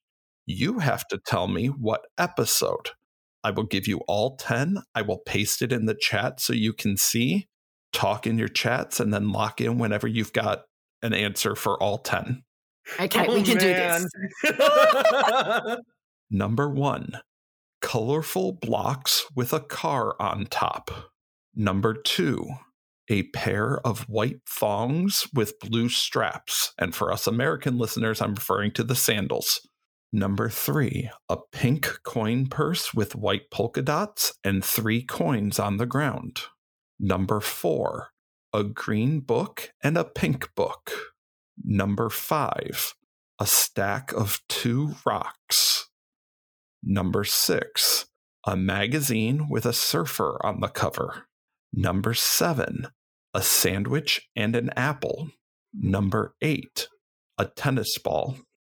S3: You have to tell me what episode. I will give you all 10. I will paste it in the chat so you can see, talk in your chats, and then lock in whenever you've got an answer for all 10.
S2: Okay, we
S6: Oh,
S2: can do
S6: man.
S2: this.
S3: Number one, colorful blocks with a car on top. Number two, a pair of white thongs with blue straps. And for us American listeners, I'm referring to the sandals. Number three, a pink coin purse with white polka dots and three coins on the ground. Number four, a green book and a pink book. Number five, a stack of two rocks. Number six, a magazine with a surfer on the cover. Number seven, a sandwich and an apple. Number eight, a tennis ball.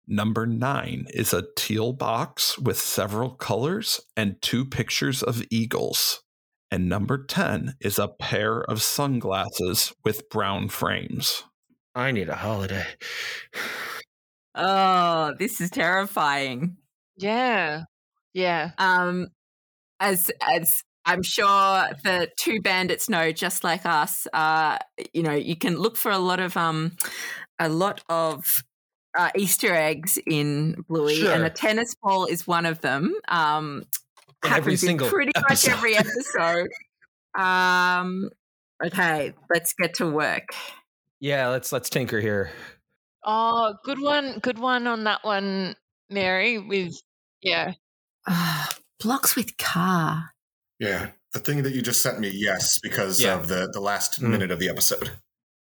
S3: Number nine is a teal box with several colors and two pictures of eagles. And number 10 is a pair of sunglasses with brown frames.
S6: I need a holiday.
S2: Oh, this is terrifying.
S4: Yeah. Yeah.
S2: um, as as I'm sure the two bandits know, just like us, uh, you know, you can look for a lot of um, a lot of uh, Easter eggs in Bluey, and
S6: Sure.
S2: a tennis ball is one of them. Um,
S6: In every
S2: happens in
S6: single
S2: pretty
S6: episode.
S2: much every episode. um, okay, let's get to work.
S6: Yeah, let's let's tinker here.
S4: Oh, good one. Good one on that one, Mary. With yeah.
S2: Ah, blocks with car.
S5: Yeah. The thing that you just sent me, yes, because
S6: Yeah.
S5: of the, the last
S6: Mm.
S5: minute of the episode.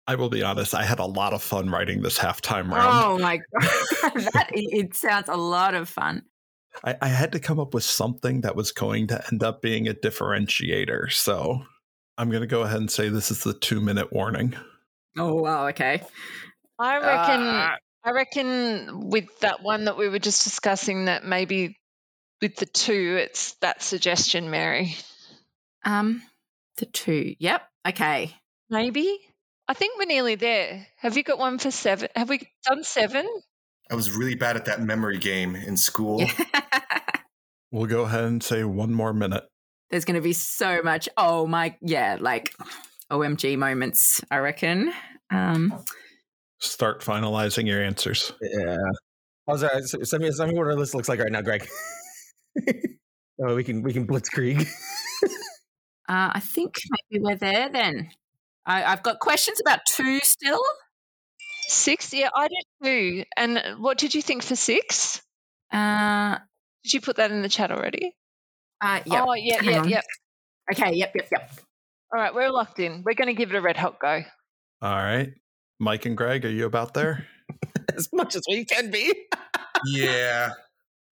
S3: I will be honest, I had a lot of fun writing this halftime round.
S2: Oh my god, that it it sounds a lot of fun.
S3: I, I had to come up with something that was going to end up being a differentiator. So I'm going to go ahead and say this is the two minute warning.
S2: Oh wow, okay.
S4: I reckon.
S2: Ah.
S4: I reckon with that one that we were just discussing, that maybe with the two, it's that suggestion, Mary.
S2: Um, the two. Yep. Okay.
S4: Maybe. I think we're nearly there. Have you got one for seven? Have we done seven?
S5: I was really bad at that memory game in school.
S3: We'll go ahead and say one more minute.
S2: There's going to be so much. Oh my, yeah, like OMG moments. I reckon. Um,
S3: Start finalizing your answers.
S6: Yeah. How's that? S- Send me, send me what our list looks like right now, Greg. oh, we can we can blitzkrieg.
S2: uh, I think maybe we're there then. I, I've got questions about two still.
S4: Six? Yeah, I did too. And what did you think for six?
S2: Uh,
S4: Did you put that in the chat already?
S2: uh, yep.
S4: Oh, yeah,
S2: Hang
S4: yeah,
S2: on.
S4: yeah.
S2: Okay. Yep. Yep. Yep.
S4: All right, we're locked in. We're going to give it a red hot go.
S3: All right. Mike and Greg, are you about there?
S6: as much as we can be.
S5: yeah.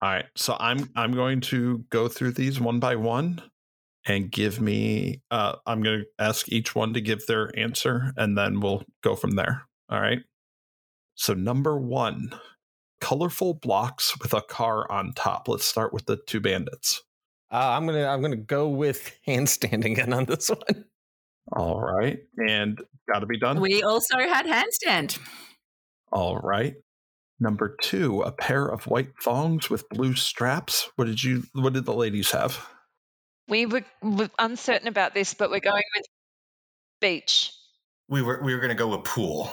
S3: All right. So I'm I'm going to go through these one by one and give me uh I'm going to ask each one to give their answer and then we'll go from there. All right. So number 1, colorful blocks with a car on top. Let's start with the two bandits.
S6: Uh, I'm gonna I'm gonna go with handstanding again on this one.
S3: All right. And got to be done.
S2: We also had handstand.
S3: All right. Number 2, a pair of white thongs with blue straps. What did you what did the ladies have?
S4: We were, were uncertain about this, but we're going with beach.
S5: We were we were gonna go with pool.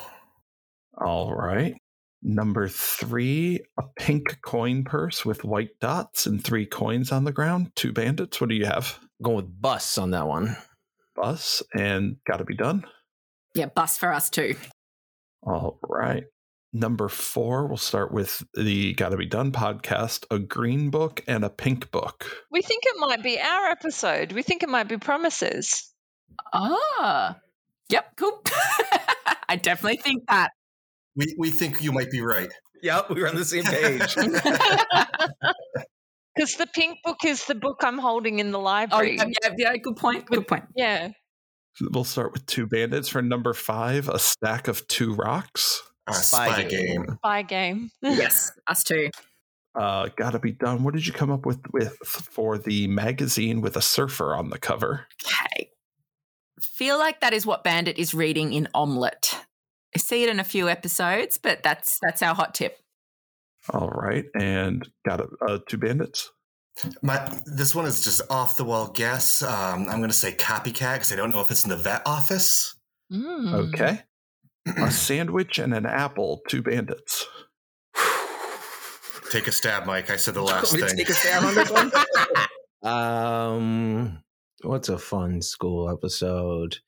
S3: All right. Number three, a pink coin purse with white dots and three coins on the ground. Two bandits. What do you have?
S6: Going with bus on that one.
S3: Bus and gotta be done.
S2: Yeah, bus for us too.
S3: All right. Number four, we'll start with the Gotta Be Done podcast a green book and a pink book.
S4: We think it might be our episode. We think it might be Promises.
S2: Ah, yep, cool. I definitely think that.
S5: We, we think you might be right.
S6: Yep, we were on the same page.
S4: Because the pink book is the book I'm holding in the
S2: Oh,
S4: library.
S2: yeah, yeah, yeah, good point. Good point.
S4: yeah.
S3: We'll start with two bandits for number five, a stack of two rocks.
S5: A
S6: Spy
S5: spy
S6: game.
S5: game.
S4: Spy game.
S2: Yes, us too.
S3: Uh, gotta be done. What did you come up with with for the magazine with a surfer on the cover?
S2: Okay. Feel like that is what Bandit is reading in Omelette. I see it in a few episodes, but that's that's our hot tip.
S3: All right, and got uh, two bandits.
S5: My this one is just off the wall guess. Um, I'm gonna say copycat because I don't know if it's in the vet office.
S3: Hmm.
S4: Mm.
S3: Okay, a sandwich and an apple. Two bandits.
S5: Take a stab, Mike. I said the last
S6: Want me to
S5: thing.
S6: take a stab on this one? Um, what's a fun school episode?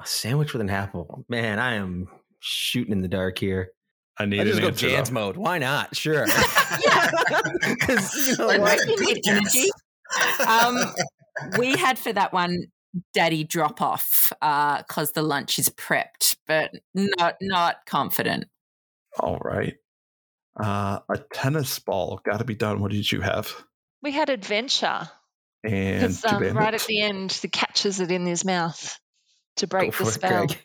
S6: A sandwich with an apple. Man, I am shooting in the dark here.
S3: I need
S6: I just
S3: an
S6: go
S3: answer,
S6: Jan's
S3: though.
S6: mode. Why not? Sure. Because you know,
S5: Like,
S6: why-
S5: that's a good guess.
S2: energy. Um, we had for that one daddy drop off because the lunch is prepped, but not not confident.
S3: All right, uh, a tennis ball. Got to be done. What did you have?
S4: We had adventure.
S3: And
S4: Because
S3: two
S4: um,
S3: bandits.
S4: right at the end, the catches it in his mouth to break
S6: Go
S4: the
S6: for it,
S4: spell.
S6: Greg.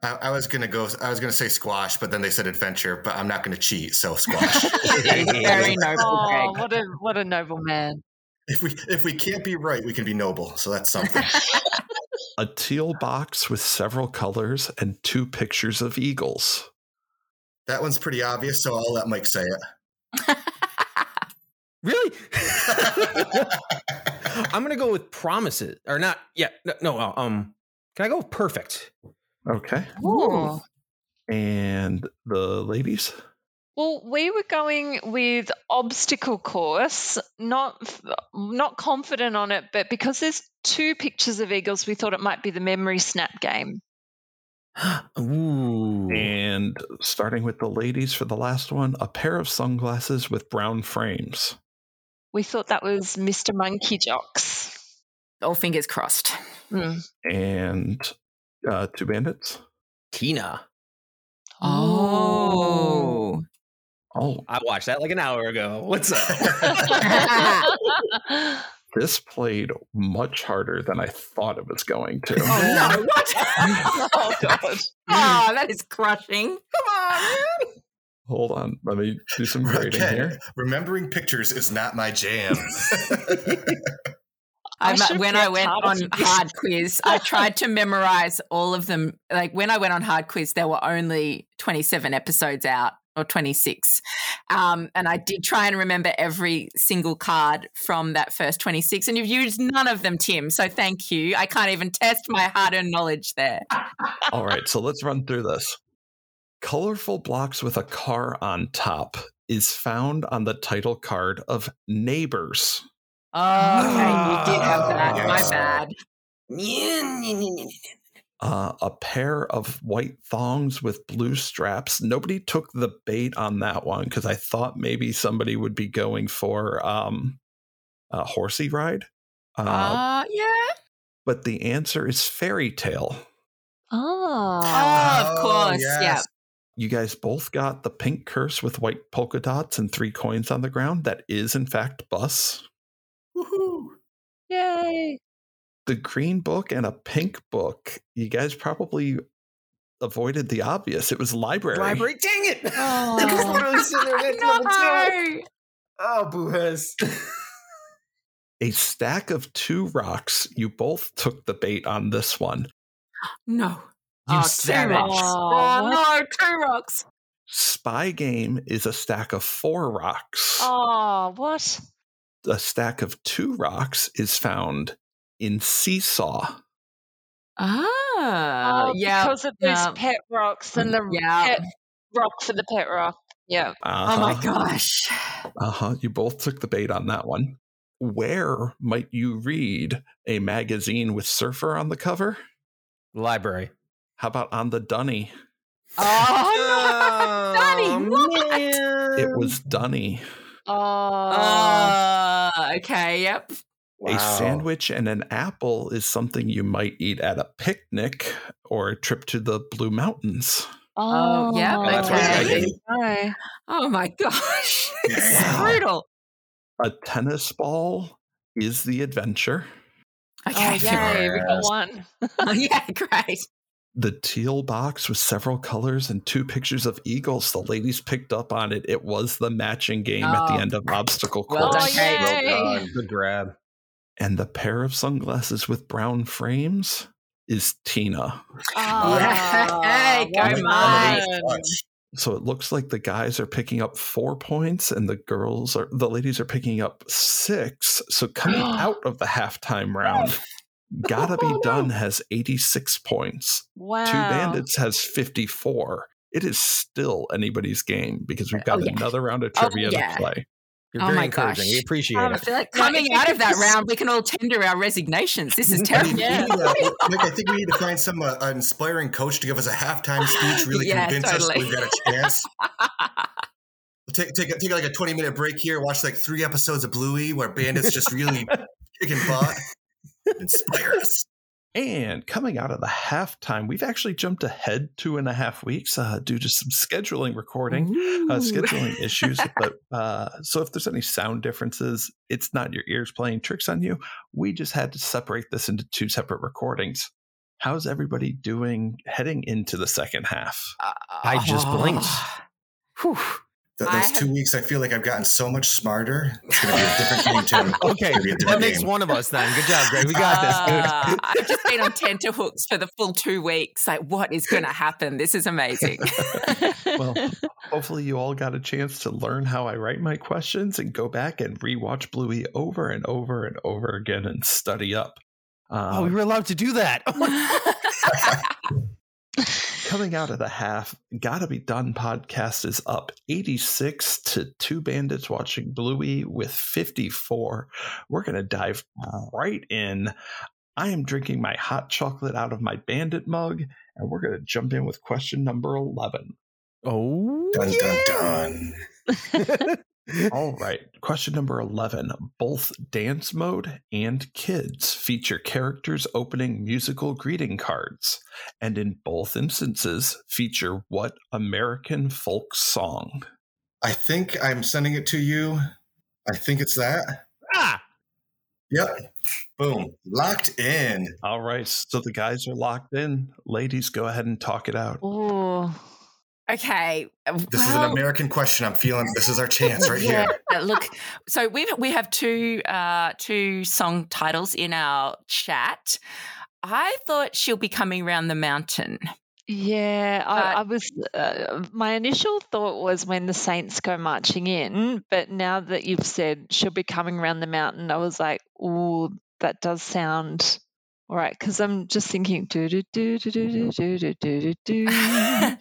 S5: I, I was gonna go. I was gonna say squash, but then they said adventure. But I'm not gonna cheat, so squash.
S2: Very noble,
S4: Oh,
S2: Greg.
S4: what a what a noble man!
S5: if we if we can't be right, we can be noble. So that's something.
S3: a teal box with several colors and two pictures of eagles.
S5: that one's pretty obvious, so I'll let Mike say
S6: Really?
S5: it.
S6: I'm gonna go with promises or not? Yeah. No. no um. Can I go with perfect?
S3: Okay,
S4: Ooh.
S3: and the ladies.
S4: Well, we were going with obstacle course, not not confident on it, but because there's two pictures of eagles, we thought it might be the memory snap game.
S6: Ooh.
S3: And starting with the ladies for the last one, a pair of sunglasses with brown frames.
S4: We thought that was Mr. Monkey Jocks.
S2: All fingers crossed.
S4: Mm.
S3: And uh, two bandits.
S6: Tina.
S2: Oh.
S3: Oh,
S6: I watched that like an hour ago. What's up? Oh,
S3: this played much harder than I thought it was going to.
S2: Oh no! What?
S4: oh God!
S2: oh, that is crushing.
S3: Hold on. Let me do some grading
S5: Again,
S3: here.
S5: remembering pictures is not my jam.
S2: I
S4: I
S2: mu-
S4: should
S2: when
S4: work
S2: I went
S4: harder
S2: on
S4: for this.
S2: hard quiz, I tried to memorize all of them. Like when I went on hard quiz, there were only 27 episodes out or 26. Um, and I did try and remember every single card from that first 26. And you've used none of them, Tim. So thank you. I can't even test my hard earned knowledge there.
S3: All right. So let's run through this. Colorful blocks with a car on top is found on the title card of Neighbors.
S2: Oh,
S6: Ah,
S2: okay. You did have that.
S5: Yes.
S2: My bad.
S3: Uh, a pair of white thongs with blue straps. Nobody took the bait on that one because I thought maybe somebody would be going for um, a horsey ride. Uh,
S6: Ah.
S2: Uh, yeah.
S3: but the answer is fairy tale.
S4: Oh,
S2: Oh, of
S5: Oh,
S2: course. Yeah.
S5: yes.
S3: You guys both got the pink curse with white polka dots and three coins on the ground. That is, in fact, bus.
S5: Woohoo!
S4: yay!
S3: The green book and a pink book. You guys probably avoided the obvious. It was library.
S6: Library. Dang it!
S4: Oh.
S6: It was literally sitting there next to number two.
S2: No.
S6: Oh, boo hiss.
S3: A stack of two rocks. You both took the bait on this one.
S2: No.
S6: You
S2: oh,
S6: savage.
S2: Two rocks.
S4: Oh,
S2: Oh, no, two rocks.
S3: Spy game is a stack of four rocks.
S4: Oh, what?
S3: A stack of two rocks is found in seesaw.
S2: Ah,
S4: Oh,
S2: yeah.
S4: because of those
S2: Uh, yeah.
S4: pet rocks and the
S2: Yeah.
S4: pet rock for the pet rock. Yeah.
S3: Uh-huh.
S2: Oh my gosh.
S3: Uh huh. You both took the bait on that one. Where might you read a magazine with Surfer on the cover?
S6: Library.
S3: How about on the Dunny?
S2: Oh, no. Danny, what?
S3: It
S2: Um,
S3: was Dunny,
S4: Oh.
S2: Uh, okay, yep.
S3: A sandwich and an apple is something you might eat at a picnic or a trip to the Blue Mountains.
S2: Oh, yeah,
S6: that's
S4: okay.
S5: right.
S4: No.
S2: Oh my gosh. It's
S3: Wow.
S2: brutal.
S3: A tennis ball is the adventure.
S4: Oh,
S2: Okay.
S4: yay, we got one.
S2: Oh, yeah, great.
S3: The teal box with several colors and two pictures of eagles. The ladies picked up on it. It was the matching game at
S2: Oh.
S3: the end of obstacle course.
S2: Well
S4: Oh,
S2: done, Kate.
S4: yay.
S6: Good grab.
S3: And the pair of sunglasses with brown frames is Tina.
S4: Oh,
S2: Yeah. Hey,
S4: well
S2: go,
S4: done.
S3: So it looks like the guys are picking up four points and the girls are the ladies are picking up six. So coming out of the halftime round, Gotta
S2: Oh,
S3: Be Done has 86 points.
S4: Wow.
S3: Two Bandits has 54. It is still anybody's game because we've got
S2: Oh, yeah.
S3: another round of
S2: Oh,
S3: trivia
S2: yeah.
S3: to play.
S6: You're
S2: Oh
S6: very
S2: my
S6: encouraging.
S2: gosh.
S6: We appreciate
S2: I
S6: it.
S2: feel like
S4: Yeah,
S2: coming
S4: if you
S2: out of
S4: could
S2: that
S4: just-
S2: round, we can all tender our resignations. This is
S5: I mean,
S2: terrible.
S4: Yeah.
S5: we need, uh, Nick, I think we need to find some uh, inspiring coach to give us a halftime speech, really
S2: Yeah,
S5: convince us
S2: totally.
S5: we've got a chance. We'll take take a- take like a twenty minute break here. Watch like three episodes of Bluey where bandits just really kicking butt. Inspire us.
S3: And coming out of the halftime, we've actually jumped ahead two and a half weeks uh, due to some scheduling recording, uh, scheduling issues. But uh, so if there's any sound differences, it's not your ears playing tricks on you. We just had to separate this into two separate recordings. How's everybody doing heading into the second half?
S6: I just blinked.
S2: Ah, Whew.
S5: Th-
S2: I
S5: those
S2: have-
S5: two weeks, I feel like I've gotten so much smarter. It's going to be a different game, Tim.
S6: Okay,
S5: It's gonna be a
S6: that
S5: different
S6: makes
S5: game.
S6: one of us then. Good job, Greg. We got this.
S2: Uh, I've just been on tenterhooks for the full two weeks. Like, what is going to happen? This is amazing.
S3: Well, hopefully you all got a chance to learn how I write my questions and go back and rewatch Bluey over and over and over again and study up.
S6: Oh, we
S3: Um,
S6: were allowed to do that.
S3: coming out of the half, Gotta Be Done podcast is up 86 to Two Bandits Watching Bluey with 54. We're going to dive right in. I am drinking my hot chocolate out of my bandit mug, and we're going to jump in with question number 11.
S6: oh.
S5: Dun, dun, dun.
S3: All right. Question number 11. Both dance mode and kids feature characters opening musical greeting cards, and in both instances, feature what American folk song?
S5: I think I'm sending it to you. I think it's that.
S6: Ah!
S5: Yep. Boom. Locked in.
S3: All right. So the guys are locked in. Ladies, go ahead and talk it out.
S4: Ooh.
S2: okay.
S5: This is an American question. I'm feeling this is our chance right
S2: yeah,
S5: here.
S2: Look, so we we have two uh, two song titles in our chat. I thought she'll be coming round the mountain.
S4: Yeah, I,
S2: But-
S4: I was. Uh, my initial thought was when the Saints go marching in, but now that you've said she'll be coming around the mountain, I was like, ooh, that does sound all right. Because I'm just thinking, do do do do do do do do do do.
S2: Yeehaw!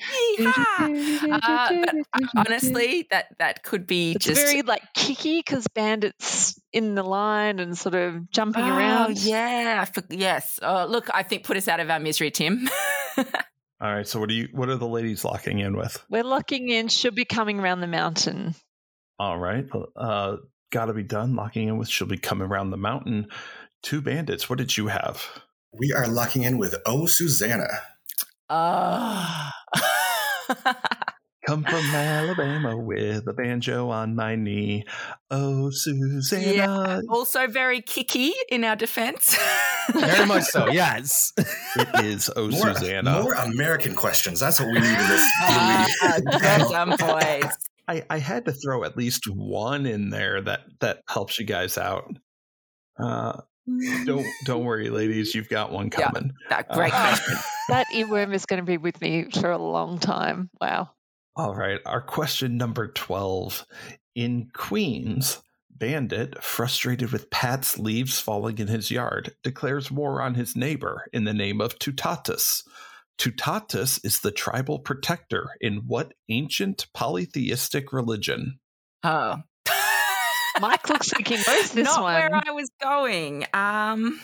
S2: Uh, but Honestly, that that could be
S4: it's
S2: just
S4: very like kicky because bandits in the line and sort of jumping
S2: Oh,
S4: around.
S2: yeah, I for, yes. Uh, look, I think put us out of our misery, Tim.
S3: All right. So what do you what are the ladies locking in with?
S4: We're locking in. She'll be coming around the mountain.
S3: All right. Uh gotta be done. Locking in with she'll be coming around the mountain. Two bandits. What did you have?
S5: We are locking in with Oh Susanna.
S2: oh.
S3: Come from Alabama with a banjo on my knee. Oh, Susanna.
S2: also very kicky in our defense.
S6: Very much so, yes.
S3: It is Oh,
S5: More,
S3: Susanna.
S5: more American questions. That's what we need in this.
S2: Ah, well done, boys.
S3: I, I had to throw at least one in there that, that helps you guys out. Uh, don't don't worry, ladies. You've got one
S2: Yeah.
S3: coming.
S2: That great
S3: Uh,
S2: question.
S4: That earworm is going to be with me for a long time. Wow.
S3: All right. Our question number 12. In Queens, Bandit, frustrated with Pat's leaves falling in his yard, declares war on his neighbor in the name of Tutatis. Tutatis is the tribal protector in what ancient polytheistic religion?
S2: Oh.
S4: Mike looks like he knows this
S2: Not
S4: one.
S2: where I was going. Um,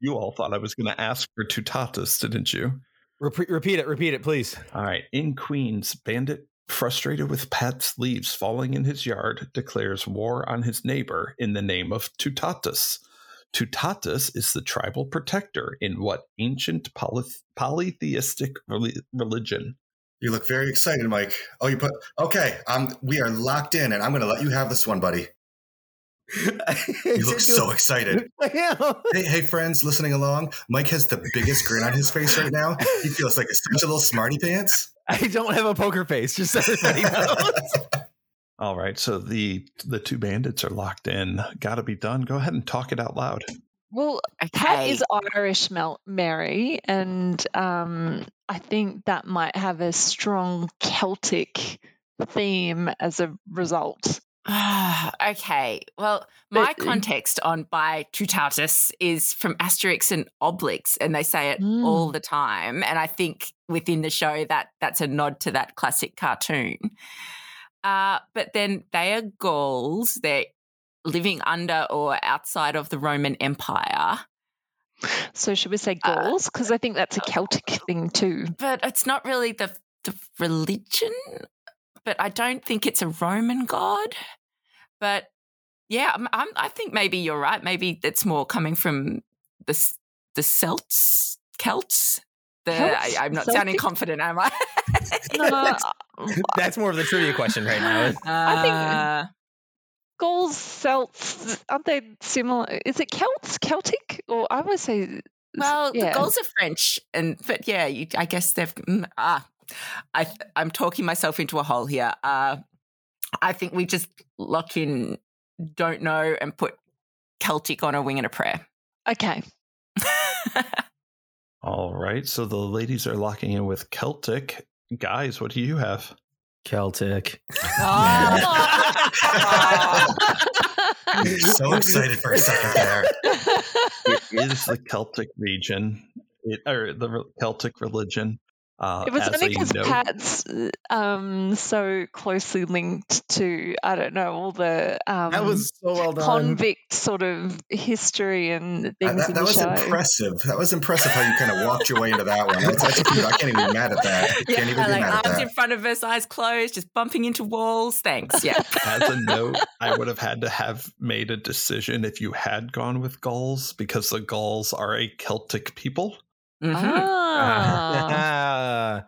S3: You all thought I was going to ask for Tutatis, didn't you?
S6: Repeat, repeat it, repeat it, please.
S3: All right. In Queens, Bandit, frustrated with Pat's leaves falling in his yard, declares war on his neighbor in the name of Tutatis. Tutatis is the tribal protector in what ancient polyth- polytheistic reli- religion?
S5: You look very excited, Mike. Oh, you put okay. Um, we are locked in, and I'm going to let you have this one, buddy. You look so excited. Hey, hey, friends, listening along. Mike has the biggest grin on his face right now. He feels like such a little smarty pants.
S6: I don't have a poker face. Just so everybody knows.
S3: All right, so the the two bandits are locked in. Got to be done. Go ahead and talk it out loud.
S4: Well, Pat
S2: okay.
S4: is Irish, Mel- Mary, and um, I think that might have a strong Celtic theme as a result.
S2: Ah, okay. Well, my
S4: But-
S2: context on by Trutatus is from Asterix and Obelix, and they say it
S4: Mm.
S2: all the time. And I think within the show that that's a nod to that classic cartoon. Uh, but then they are Gauls. They're living under or outside of the Roman Empire.
S4: So should we say
S2: Uh,
S4: Gauls? Because I think that's a Celtic thing too.
S2: But it's not really the the religion. But I don't think it's a Roman god. But yeah, I'm, I'm, I think maybe you're right. Maybe it's more coming from the S- the Celts, Celts. The,
S4: Celts?
S2: I, I'm not sounding
S4: Celtic?
S2: confident, am I?
S4: No,
S6: That's-
S4: uh,
S6: That's more of the trivia question right now.
S2: Uh,
S4: Gauls, Celts, aren't they similar? Is it Celts, Celtic, or I would say
S2: well,
S4: yeah.
S2: the Gauls are French, and but yeah, you, I guess they've. mm, ah, I I'm talking myself into a hole here. Uh, I think we just lock in, don't know, and put Celtic on a wing and a prayer.
S4: Okay,
S3: All right, so the ladies are locking in with Celtic. Guys, what do you have?
S6: Celtic.
S2: Oh.
S5: So excited for a second there.
S3: It is the Celtic region, it, or the re- Celtic religion. Uh,
S4: It was
S3: as
S4: only
S3: a
S4: because
S3: note-
S4: Pat's um, so closely linked to I don't know all the um,
S6: That was so well done.
S4: convict sort of history and
S5: Uh,
S4: things
S5: that
S4: in
S5: that
S4: the
S5: was
S4: show.
S5: impressive. That was impressive how you kind of walked your way into that one. That's, that's cute. I can't even be mad at that.
S2: yeah,
S5: can't even be
S2: like
S5: mad at
S2: arms
S5: that.
S2: in front of us, eyes closed, just bumping into walls. Thanks. Yeah.
S3: as a note, I would have had to have made a decision if you had gone with Gauls because the Gauls are a Celtic people.
S2: Mhm.
S4: Ah.
S6: Ah.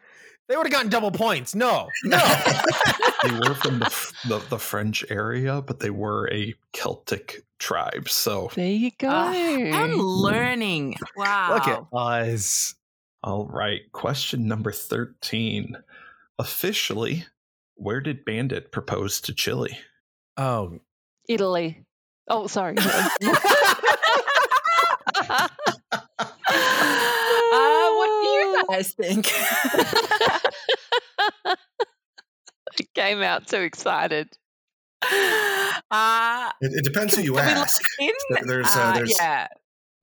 S6: they would have gotten double points. No, no.
S3: They were from the, f- the the French area, but they were a Celtic tribe. So,
S4: there you go.
S2: Ah, I'm learning. Wow.
S6: Look at us.
S3: all right, question number thirteen. Officially, where did Bandit propose to Chili?
S6: Oh,
S4: Italy. Oh, sorry.
S2: uh, what do you guys think?
S4: Came out too excited.
S2: uh,
S5: It, it depends who you
S2: Can we lock
S5: ask.
S2: in?
S5: There- There's, uh,
S2: Uh,
S5: there's
S2: yeah.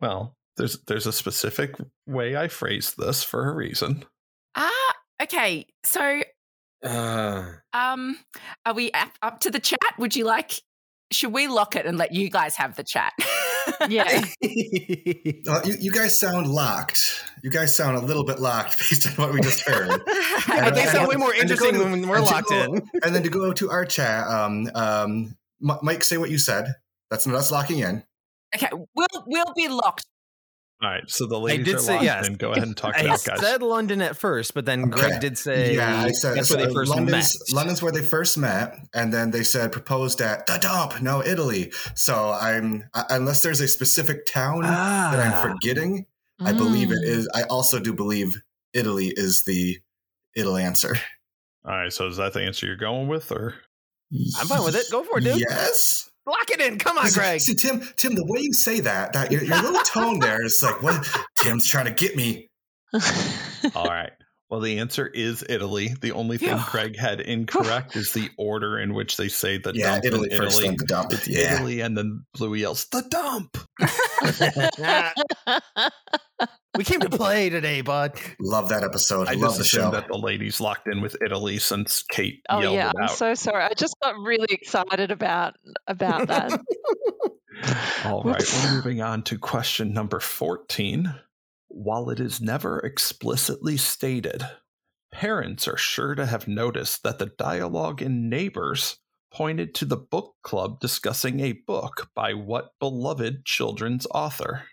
S3: Well, there's there's a specific way I phrased this for a reason.
S2: Ah, okay. So,
S6: uh,
S2: um, are we up, up to the chat? Would you like? Should we lock it and let you guys have the chat?
S4: Yeah.
S5: uh, you, you guys sound locked. You guys sound a little bit locked based on what we just heard.
S6: but they
S5: and-
S6: sound way more
S5: and to go
S6: interesting
S5: to-
S6: when we're
S5: and to
S6: locked
S5: go-
S6: in.
S5: And then to go to our chat, um, um, M- Mike, say what you said. That's not us locking in.
S2: okay, we'll we'll be locked.
S3: All right, so the ladies
S6: did
S3: are
S6: say
S3: locked
S6: yes.
S3: in. Go ahead and talk it
S6: I
S3: out, guys.
S6: said London at first, but then
S5: Okay.
S6: Greg did say
S5: yeah, I said
S6: that's
S5: so
S6: where they first
S5: London's,
S6: met.
S5: London's where they first met, and then they said proposed at the dump, no Italy. So I'm I, unless there's a specific town that
S6: Ah.
S5: I'm forgetting, I believe
S4: Mm.
S5: it is. I also do believe Italy is the Italy answer.
S3: All right, so is that the answer you're going with, or
S6: I'm fine with it. Go for it, dude.
S5: Yes.
S6: Lock it in. Come on,
S5: See-
S6: Greg.
S5: See, Tim, Tim, the way you say that, that your, your little tone there is like, what? Tim's trying to get me.
S4: Mm.
S3: all right? Well, the answer is Italy. The only thing
S2: Yeah.
S3: Craig had incorrect is the order in which they say the
S5: Yeah,
S3: dump in
S5: Italy first, then the dump.
S3: It's
S5: Yeah.
S4: Mm.
S3: Italy, and then Bluey yells, "The dump!"
S6: Ah. We came to play today, bud.
S5: Love that episode.
S3: I
S5: Love
S3: just
S5: the
S3: assumed
S5: show.
S3: that the ladies locked in with Italy since Kate
S4: Oh
S3: yelled
S4: yeah,
S3: it
S4: I'm
S3: out.
S4: so sorry. I just got really excited about about that.
S3: All right,
S4: Whoops.
S3: we're moving on to question number 14. While it is never explicitly stated, parents are sure to have noticed that the dialogue in Neighbors pointed to the book club discussing a book by what beloved children's author?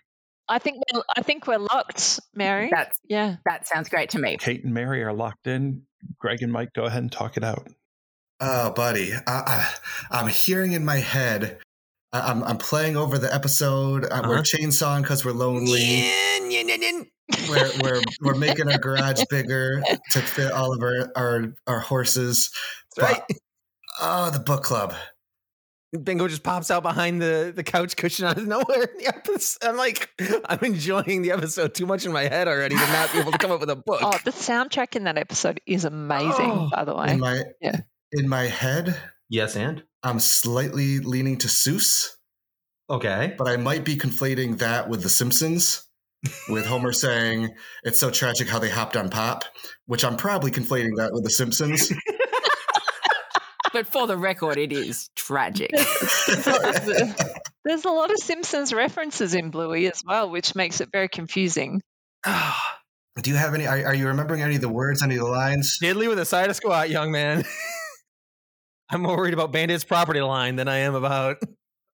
S4: I think we're, I think we're locked, Mary.
S2: That's,
S4: yeah.
S2: that sounds great to me.
S3: Kate and Mary are locked in. Greg and Mike, go ahead and talk it out.
S5: Oh, buddy, I, I, I'm hearing in my head. I, I'm, I'm playing over the episode. Uh, We're
S6: Uh-huh.
S5: chainsawing because we're lonely.
S6: Nyin, nyin, nyin, nyin.
S5: We're, we're we're making our garage bigger to fit all of our our, our horses.
S6: That's
S5: But- Oh, the book club.
S6: right. Bingo just pops out behind the, the couch cushion out of nowhere. In the episode. I'm like, I'm enjoying the episode too much in my head already to not be able to come up with a book.
S4: Oh, the soundtrack in that episode is amazing.
S6: Oh,
S4: by the way,
S5: In my
S4: Yeah.
S5: in my head,
S6: yes, and
S5: I'm slightly leaning to Seuss,
S6: okay.
S5: but I might be conflating that with The Simpsons, with Homer saying it's so tragic how they hopped on pop, which I'm probably conflating that with The Simpsons.
S2: But for the record, it is tragic.
S4: there's a lot of Simpsons references in Bluey as well, which makes it very confusing.
S5: Do you have any? Are, are you remembering any of the words, any of the lines?
S6: Diddley with a side of squat, young man. I'm more worried about Bandit's property line than I am about.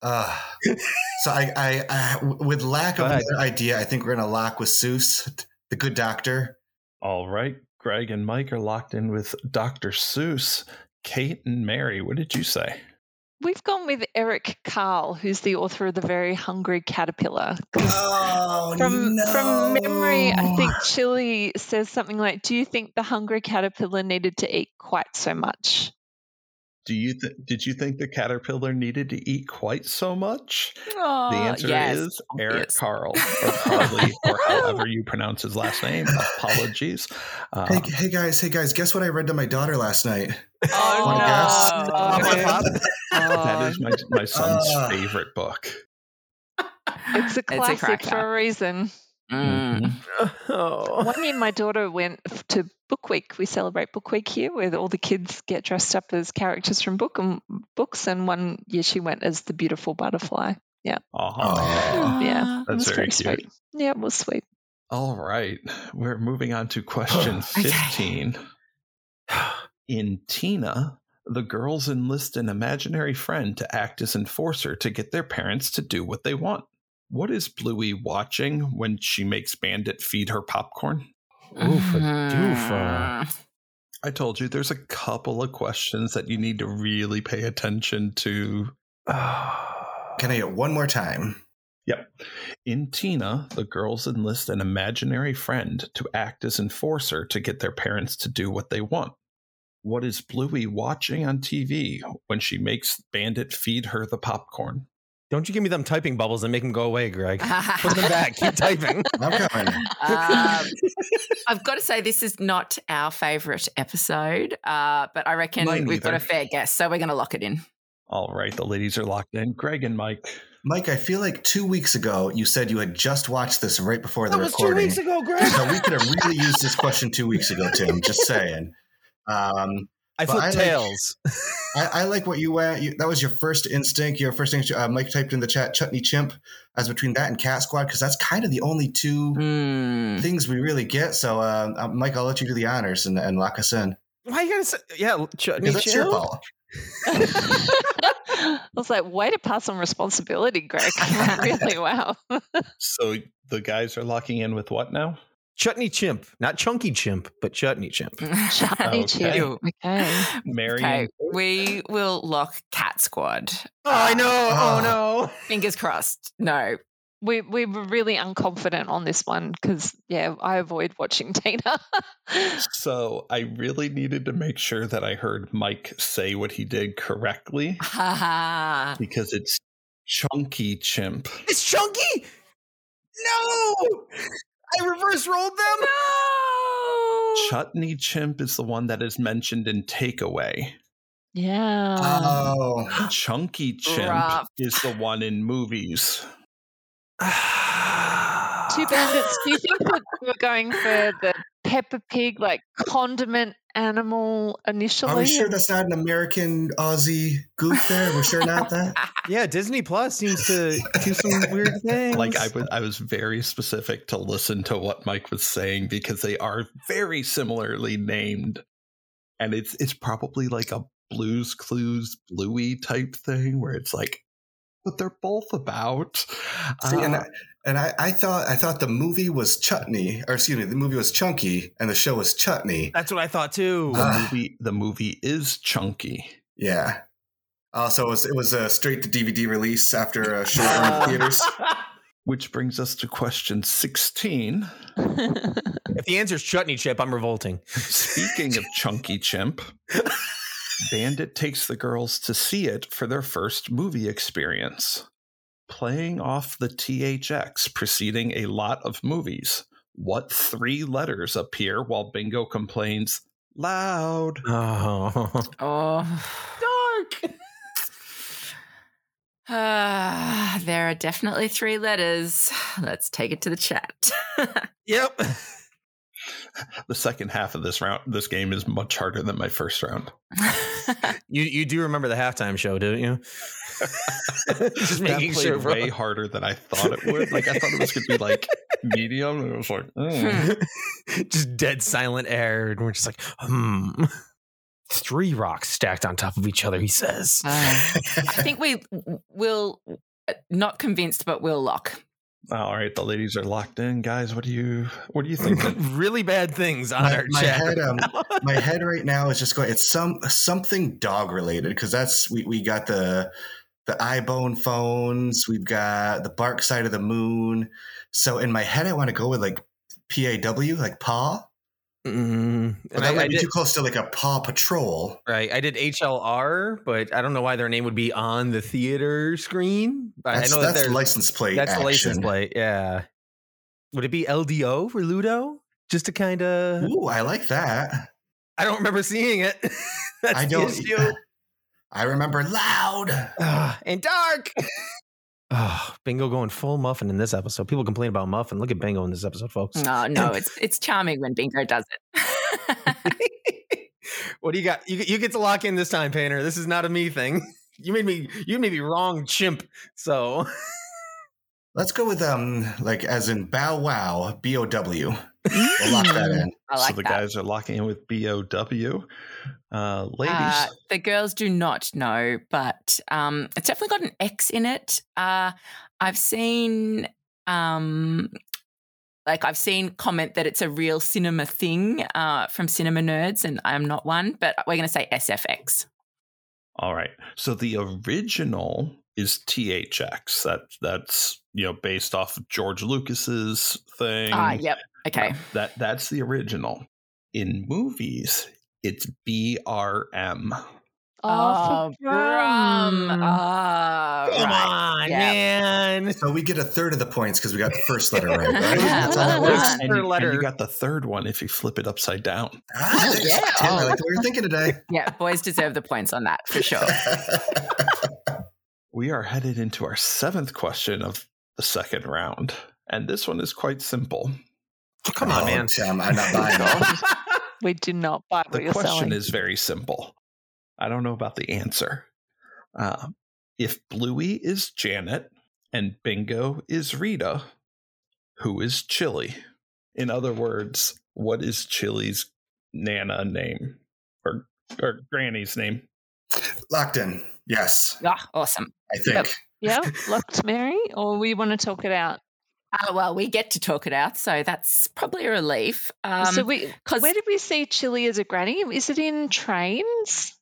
S5: Uh, so I, I, I, with lack of
S6: Go ahead.
S5: another idea, I think we're gonna lock with Seuss, the good doctor.
S3: All right, Greg and Mike are locked in with Dr. Seuss. Kate and Mary, what did you say?
S4: We've gone with Eric Carl, who's the author of The Very Hungry Caterpillar. 'cause
S5: Oh
S4: From, from memory, I think Chili says something like, Do you think the hungry caterpillar needed to eat quite so much?
S3: Do you th- did you think the caterpillar needed to eat quite so much?
S2: Oh,
S3: The answer
S2: yes.
S3: is Eric
S2: obvious.
S3: Carl, or Carly, or however you pronounce his last name. Apologies. Uh,
S6: Um,
S5: Hey, hey guys, hey guys! Guess what I read to my daughter last night?
S2: Oh,
S5: Wanna guess?
S2: no.
S4: Oh,
S5: man.
S4: Oh,
S3: that is my, my son's
S5: Uh.
S3: favorite book.
S4: it's a classic for
S2: cracker.
S4: a reason.
S5: Mm-hmm.
S2: Mm.
S6: Oh.
S4: One year, my daughter went f- to Book Week. We celebrate Book Week here, where all the kids get dressed up as characters from book and books. And one year, she went as the beautiful butterfly.
S3: Uh-huh.
S5: Oh.
S4: Yeah,
S3: That's
S4: it was
S3: very
S4: very
S3: cute.
S4: sweet. Yeah, it was sweet.
S3: All right. We're moving on to question
S2: Okay.
S3: 15. In Tina, the girls enlist an imaginary friend to act as enforcer to get their parents to do what they want. What is Bluey watching when she makes Bandit feed her popcorn?
S6: Oofa doofa.
S2: Mm.
S3: I told you there's a couple of questions that you need to really pay attention to.
S5: Can I get one more time?
S3: In Tina, the girls enlist an imaginary friend to act as enforcer to get their parents to do what they want. What is Bluey watching on TV when she makes Bandit feed her the popcorn?
S6: Don't you give me them typing bubbles and make them go away, Greg. Put them back. Keep typing.
S5: I'm coming.
S2: Um, I've got to say, this is not our favourite episode, uh, but I reckon
S3: Mine
S2: we've got a
S3: neither.
S2: fair guess, so we're going to lock it in.
S3: All right, the ladies are locked in. Greg and Mike.
S5: Mike, I feel like two weeks ago you said you had just watched this right before the
S6: That was two
S5: recording.
S6: weeks ago, Greg.
S5: so we could have really used this question two weeks ago, Tim. Just saying. Um, But I
S6: I flipped
S5: like-
S6: tails.
S5: I, I like what you went. You, that was your first instinct. Your first instinct. Uh, Mike typed in the chat "chutney chimp" as between that and Cat Squad because that's kind of the only two
S6: Mm-hmm.
S2: Mm.
S5: things we really get. So, uh, uh, Mike, I'll let you do the honors and, and lock us in.
S6: Why you gotta say? Yeah, chutney
S5: Because it's your
S6: chip.
S5: fault.
S4: I was like, way to pass on responsibility, Greg. really, wow.
S3: So the guys are locking in with what now?
S6: Chutney chimp, not chunky chimp, but chutney chimp.
S4: Shiny
S3: Okay.
S4: chip. Okay.
S5: Oh.
S3: Mary.
S2: Okay,
S3: and-
S2: we will lock Cat Squad.
S6: Oh, I know.
S5: Ah.
S6: Oh
S2: Fingers crossed. No.
S4: We we were really unconfident on this one because yeah, I avoid watching Tina.
S3: So I really needed to make sure that I heard Mike say what he did correctly
S2: Ha ha.
S3: because it's chunky chimp.
S6: no, it's chunky. No, I reverse rolled them.
S2: No.
S3: Chutney Chimp is the one that is mentioned in Takeaway.
S4: Yeah.
S6: Um,
S5: Oh,
S3: Chunky Chimp
S2: Rough.
S3: is the one in movies.
S4: two bandits. Do you think that we were going for the Peppa Pig, like condiment animal initially?
S5: Are we sure that's not an American Aussie goof there? We're sure not that?
S6: Yeah, Disney Plus seems to do some weird things.
S3: Like I was, I was very specific to listen to what Mike was saying because they are very similarly named, and it's it's probably like a Blues Clues Bluey type thing where it's like, what they're both about.
S2: Uh-huh.
S5: See, and
S3: Uh,
S5: I, and I, I thought I thought the movie was Chutney, or excuse me, the movie was Chunky, and the show was Chutney.
S6: That's what I thought too.
S5: Uh,
S3: the movie the movie is chunky.
S5: Yeah. Also, it was, it was a straight to DVD release after a short
S2: Uh,
S5: run in theaters.
S3: Which brings us to question 16.
S6: if the answer's chutney chip, I'm revolting.
S3: Speaking of Chunky Chimp, Bandit takes the girls to see it for their first movie experience. Playing off the THX preceding a lot of movies, what three letters appear while Bingo complains loud?
S6: Oh,
S2: Oh. Dark. Uh, there are definitely three letters. Let's take it to the chat.
S6: yep.
S3: The second half of this round, this game is much harder than my first round. Hmm.
S6: You you do remember the halftime show, don't you? Just
S3: That
S6: making
S3: played
S6: sure. bro.
S3: way harder than I thought it would. Like I thought it was going to be like medium, and it was like,
S6: Hmm.
S3: mm.
S2: Hmm.
S6: just dead silent air, and we're just like, hmm. Three rocks stacked on top of each other. He says,
S2: Uh, I think we will uh, not convinced, but we'll lock.
S3: All right, the ladies are locked in, guys. What do you what do you think?
S6: really bad things on
S5: My-
S6: our
S5: my
S6: chat.
S5: head,
S6: right
S5: um,
S6: now.
S5: My head right now is just going. It's some something dog related because that's we we got the the iBone phones. We've got the Bark Side of the Moon. So in my head, I want to go with like PAW, like Paw.
S6: Mm,
S5: Mm-hmm. But
S6: and
S5: that
S6: I, I
S5: might be
S6: did,
S5: too close to like a Paw Patrol.
S6: right. I did HLR, but I don't know why their name would be on the theater screen. I-
S5: That's,
S6: I know that
S5: that's
S6: they're-
S5: license plate.
S6: that's
S5: action.
S6: the license plate. Yeah. Would it be LDO for Ludo? Just to kind of,
S5: Ooh, I like that.
S6: I don't remember seeing it. That's
S5: I
S6: the
S5: don't. e-,
S6: issue.
S5: I remember loud.
S6: Ah, and dark. Ah, Bingo going full muffin in this episode. People complain about muffin. Look at Bingo in this episode, folks.
S2: No, Oh, no, it's it's charming when Bingo does it.
S6: what do you got? You, you get to lock in this time, Painter. This is not a me thing. You made me. You made me wrong, chimp. So
S5: Let's go with um, like as in Bow Wow, B O W. We'll lock that
S6: Mm.
S5: in.
S2: I like
S3: so the
S2: that.
S3: guys are locking in with BOW. Uh, ladies,
S2: Uh, the girls do not know, but um, it's definitely got an X in it. Uh, I've seen, um, like, I've seen comment that it's a real cinema thing uh, from cinema nerds, and I'm not one, but we're going to say SFX.
S3: all right. So the original is THX. That that's you know based off of George Lucas's thing.
S2: Ah, yep. Okay.
S3: That that's the original. In movies, it's BRM.
S4: Oh, for Mm. Brum.
S2: Ah,
S6: come
S2: right.
S6: on,
S2: yeah.
S6: man.
S5: So we get a third of the points because we got the first letter right. right?
S2: Yeah,
S5: That's how that
S2: well
S5: works.
S2: done.
S3: And
S6: Per
S3: you- and
S6: letter.
S3: you got the third one if you flip it upside down.
S6: Oh,
S5: Ah, there's
S2: Yeah.
S5: ten. I like what we're thinking today.
S2: Yeah, boys deserve the points on that for sure.
S6: Oh,
S3: We are headed into our seventh question of the second round. And this one is quite simple.
S6: Come on,
S5: Oh,
S6: man.
S5: Tim, I'm not buying it.
S4: we do not buy what
S3: The
S4: you're
S3: question
S4: selling.
S3: is very simple. I don't know about the answer. Uh, if Bluey is Janet and Bingo is Rita, who is Chili? In other words, what is Chili's Nana name or or Granny's name?
S5: Locked in. Yes,
S2: Ah, awesome.
S5: I think.
S4: Yep. yeah, locked Mary, or we want to talk it out.
S2: Uh, well, we get to talk it out, so that's probably a relief. Um,
S4: so we,
S2: 'cause-
S4: where did we see Chili as a granny? Is it in trains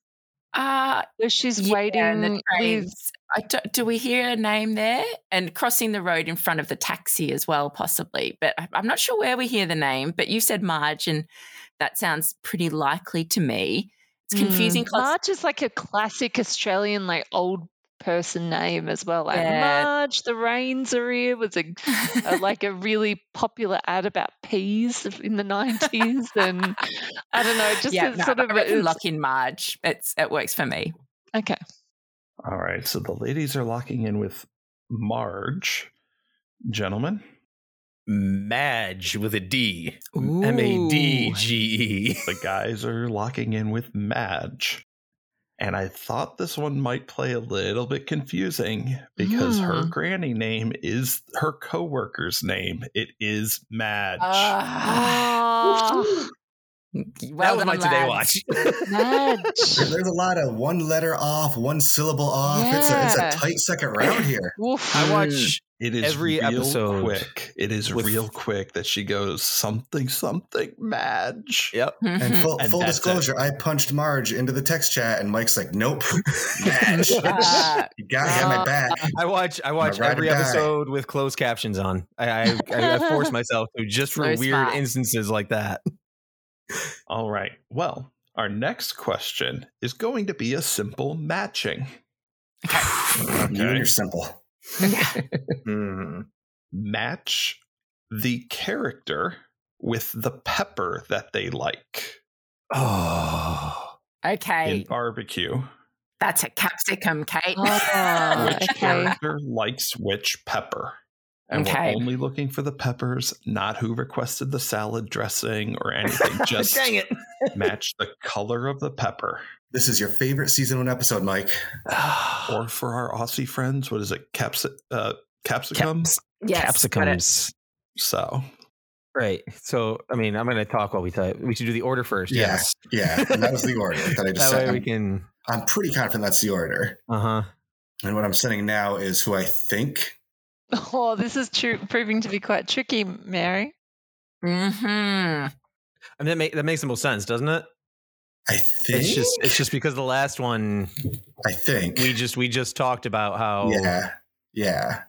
S2: uh,
S4: where she's
S2: Yeah,
S4: waiting?
S2: and the
S4: with-
S2: trains. I don't, do we hear a name there? And crossing the road in front of the taxi as well, possibly. But I- I'm not sure where we hear the name. But you said Marge, and that sounds pretty likely to me.
S4: Mm,
S2: It's confusing. 'cause-
S4: Marge is like a classic Australian, like old person name as well. Like
S2: Yeah.
S4: Marge, the rains are here was a, a uh, like a really popular ad about peas in the nineties, and I don't know, just
S2: yeah,
S4: it's
S2: no,
S4: sort of
S2: I
S4: a-
S2: reckon
S4: it's-
S2: lock in Marge. It's it works for me.
S4: okay.
S3: All right, so the ladies are locking in with Marge. Gentlemen,
S7: Madge with a D.
S2: Ooh.
S7: M A D G E.
S3: The guys are locking in with Madge. And I thought this one might play a little bit confusing because her
S4: Hmm.
S3: granny name is her coworker's name. It is Madge.
S2: Ah.
S4: Oh,
S2: Well
S7: E. that was my
S2: done,
S7: today
S2: lads.
S7: watch.
S4: Madge.
S5: There's a lot of one letter off, one syllable off. It's, a,
S4: Yeah.
S5: it's a tight second round here.
S4: Woof.
S7: I
S2: Mm.
S7: watch
S3: It is
S7: Every
S3: real
S7: episode
S3: quick. It is
S7: with-
S3: real quick that she goes something something Madge.
S7: Yep.
S5: And full,
S3: And
S5: full
S3: that's
S5: disclosure, I punched Marge into the text chat, and Mike's like, "Nope,
S2: Ah.
S5: match. you got you got my back."
S7: I watch I watch
S5: My ride or
S7: every
S5: die.
S7: episode with closed captions on. I I, I, I force myself to just for
S2: So
S7: weird
S2: smart.
S7: instances like that.
S3: All right. Well, our next question is going to be a simple matching.
S5: You and your simple.
S7: Hmm.
S3: match the character with the pepper that they like
S7: Oh.
S2: okay,
S3: in barbecue.
S2: that's a capsicum, Kate.
S4: Oh,
S3: Which
S4: okay.
S3: character likes which pepper? And
S2: Okay.
S3: we're only looking for the peppers, not who requested the salad dressing or anything. Just
S7: Dang it.
S3: match the color of the pepper.
S5: This is your favorite season one episode, Mike.
S3: Or for our Aussie friends, what is it? Capsi- uh, capsicum?
S7: Caps-
S2: Yes, got it.
S7: capsicums.
S3: so
S7: Right. So I mean I'm gonna talk while we type. We should do the order first.
S5: Yeah.
S7: Yes.
S5: Yeah, and that was the order that I just
S7: That way
S5: said.
S7: we
S5: I'm,
S7: can
S5: I'm pretty confident that's the order.
S7: uh-huh.
S5: And what I'm sending now is who I think.
S4: Oh, this is tru- proving to be quite tricky, Mary.
S2: Mhm.
S7: I mean that, make, that makes the most sense, doesn't it?
S5: I think.
S7: It's just it's just because the last one
S5: I think.
S7: we just we just talked about how
S5: Yeah. Yeah.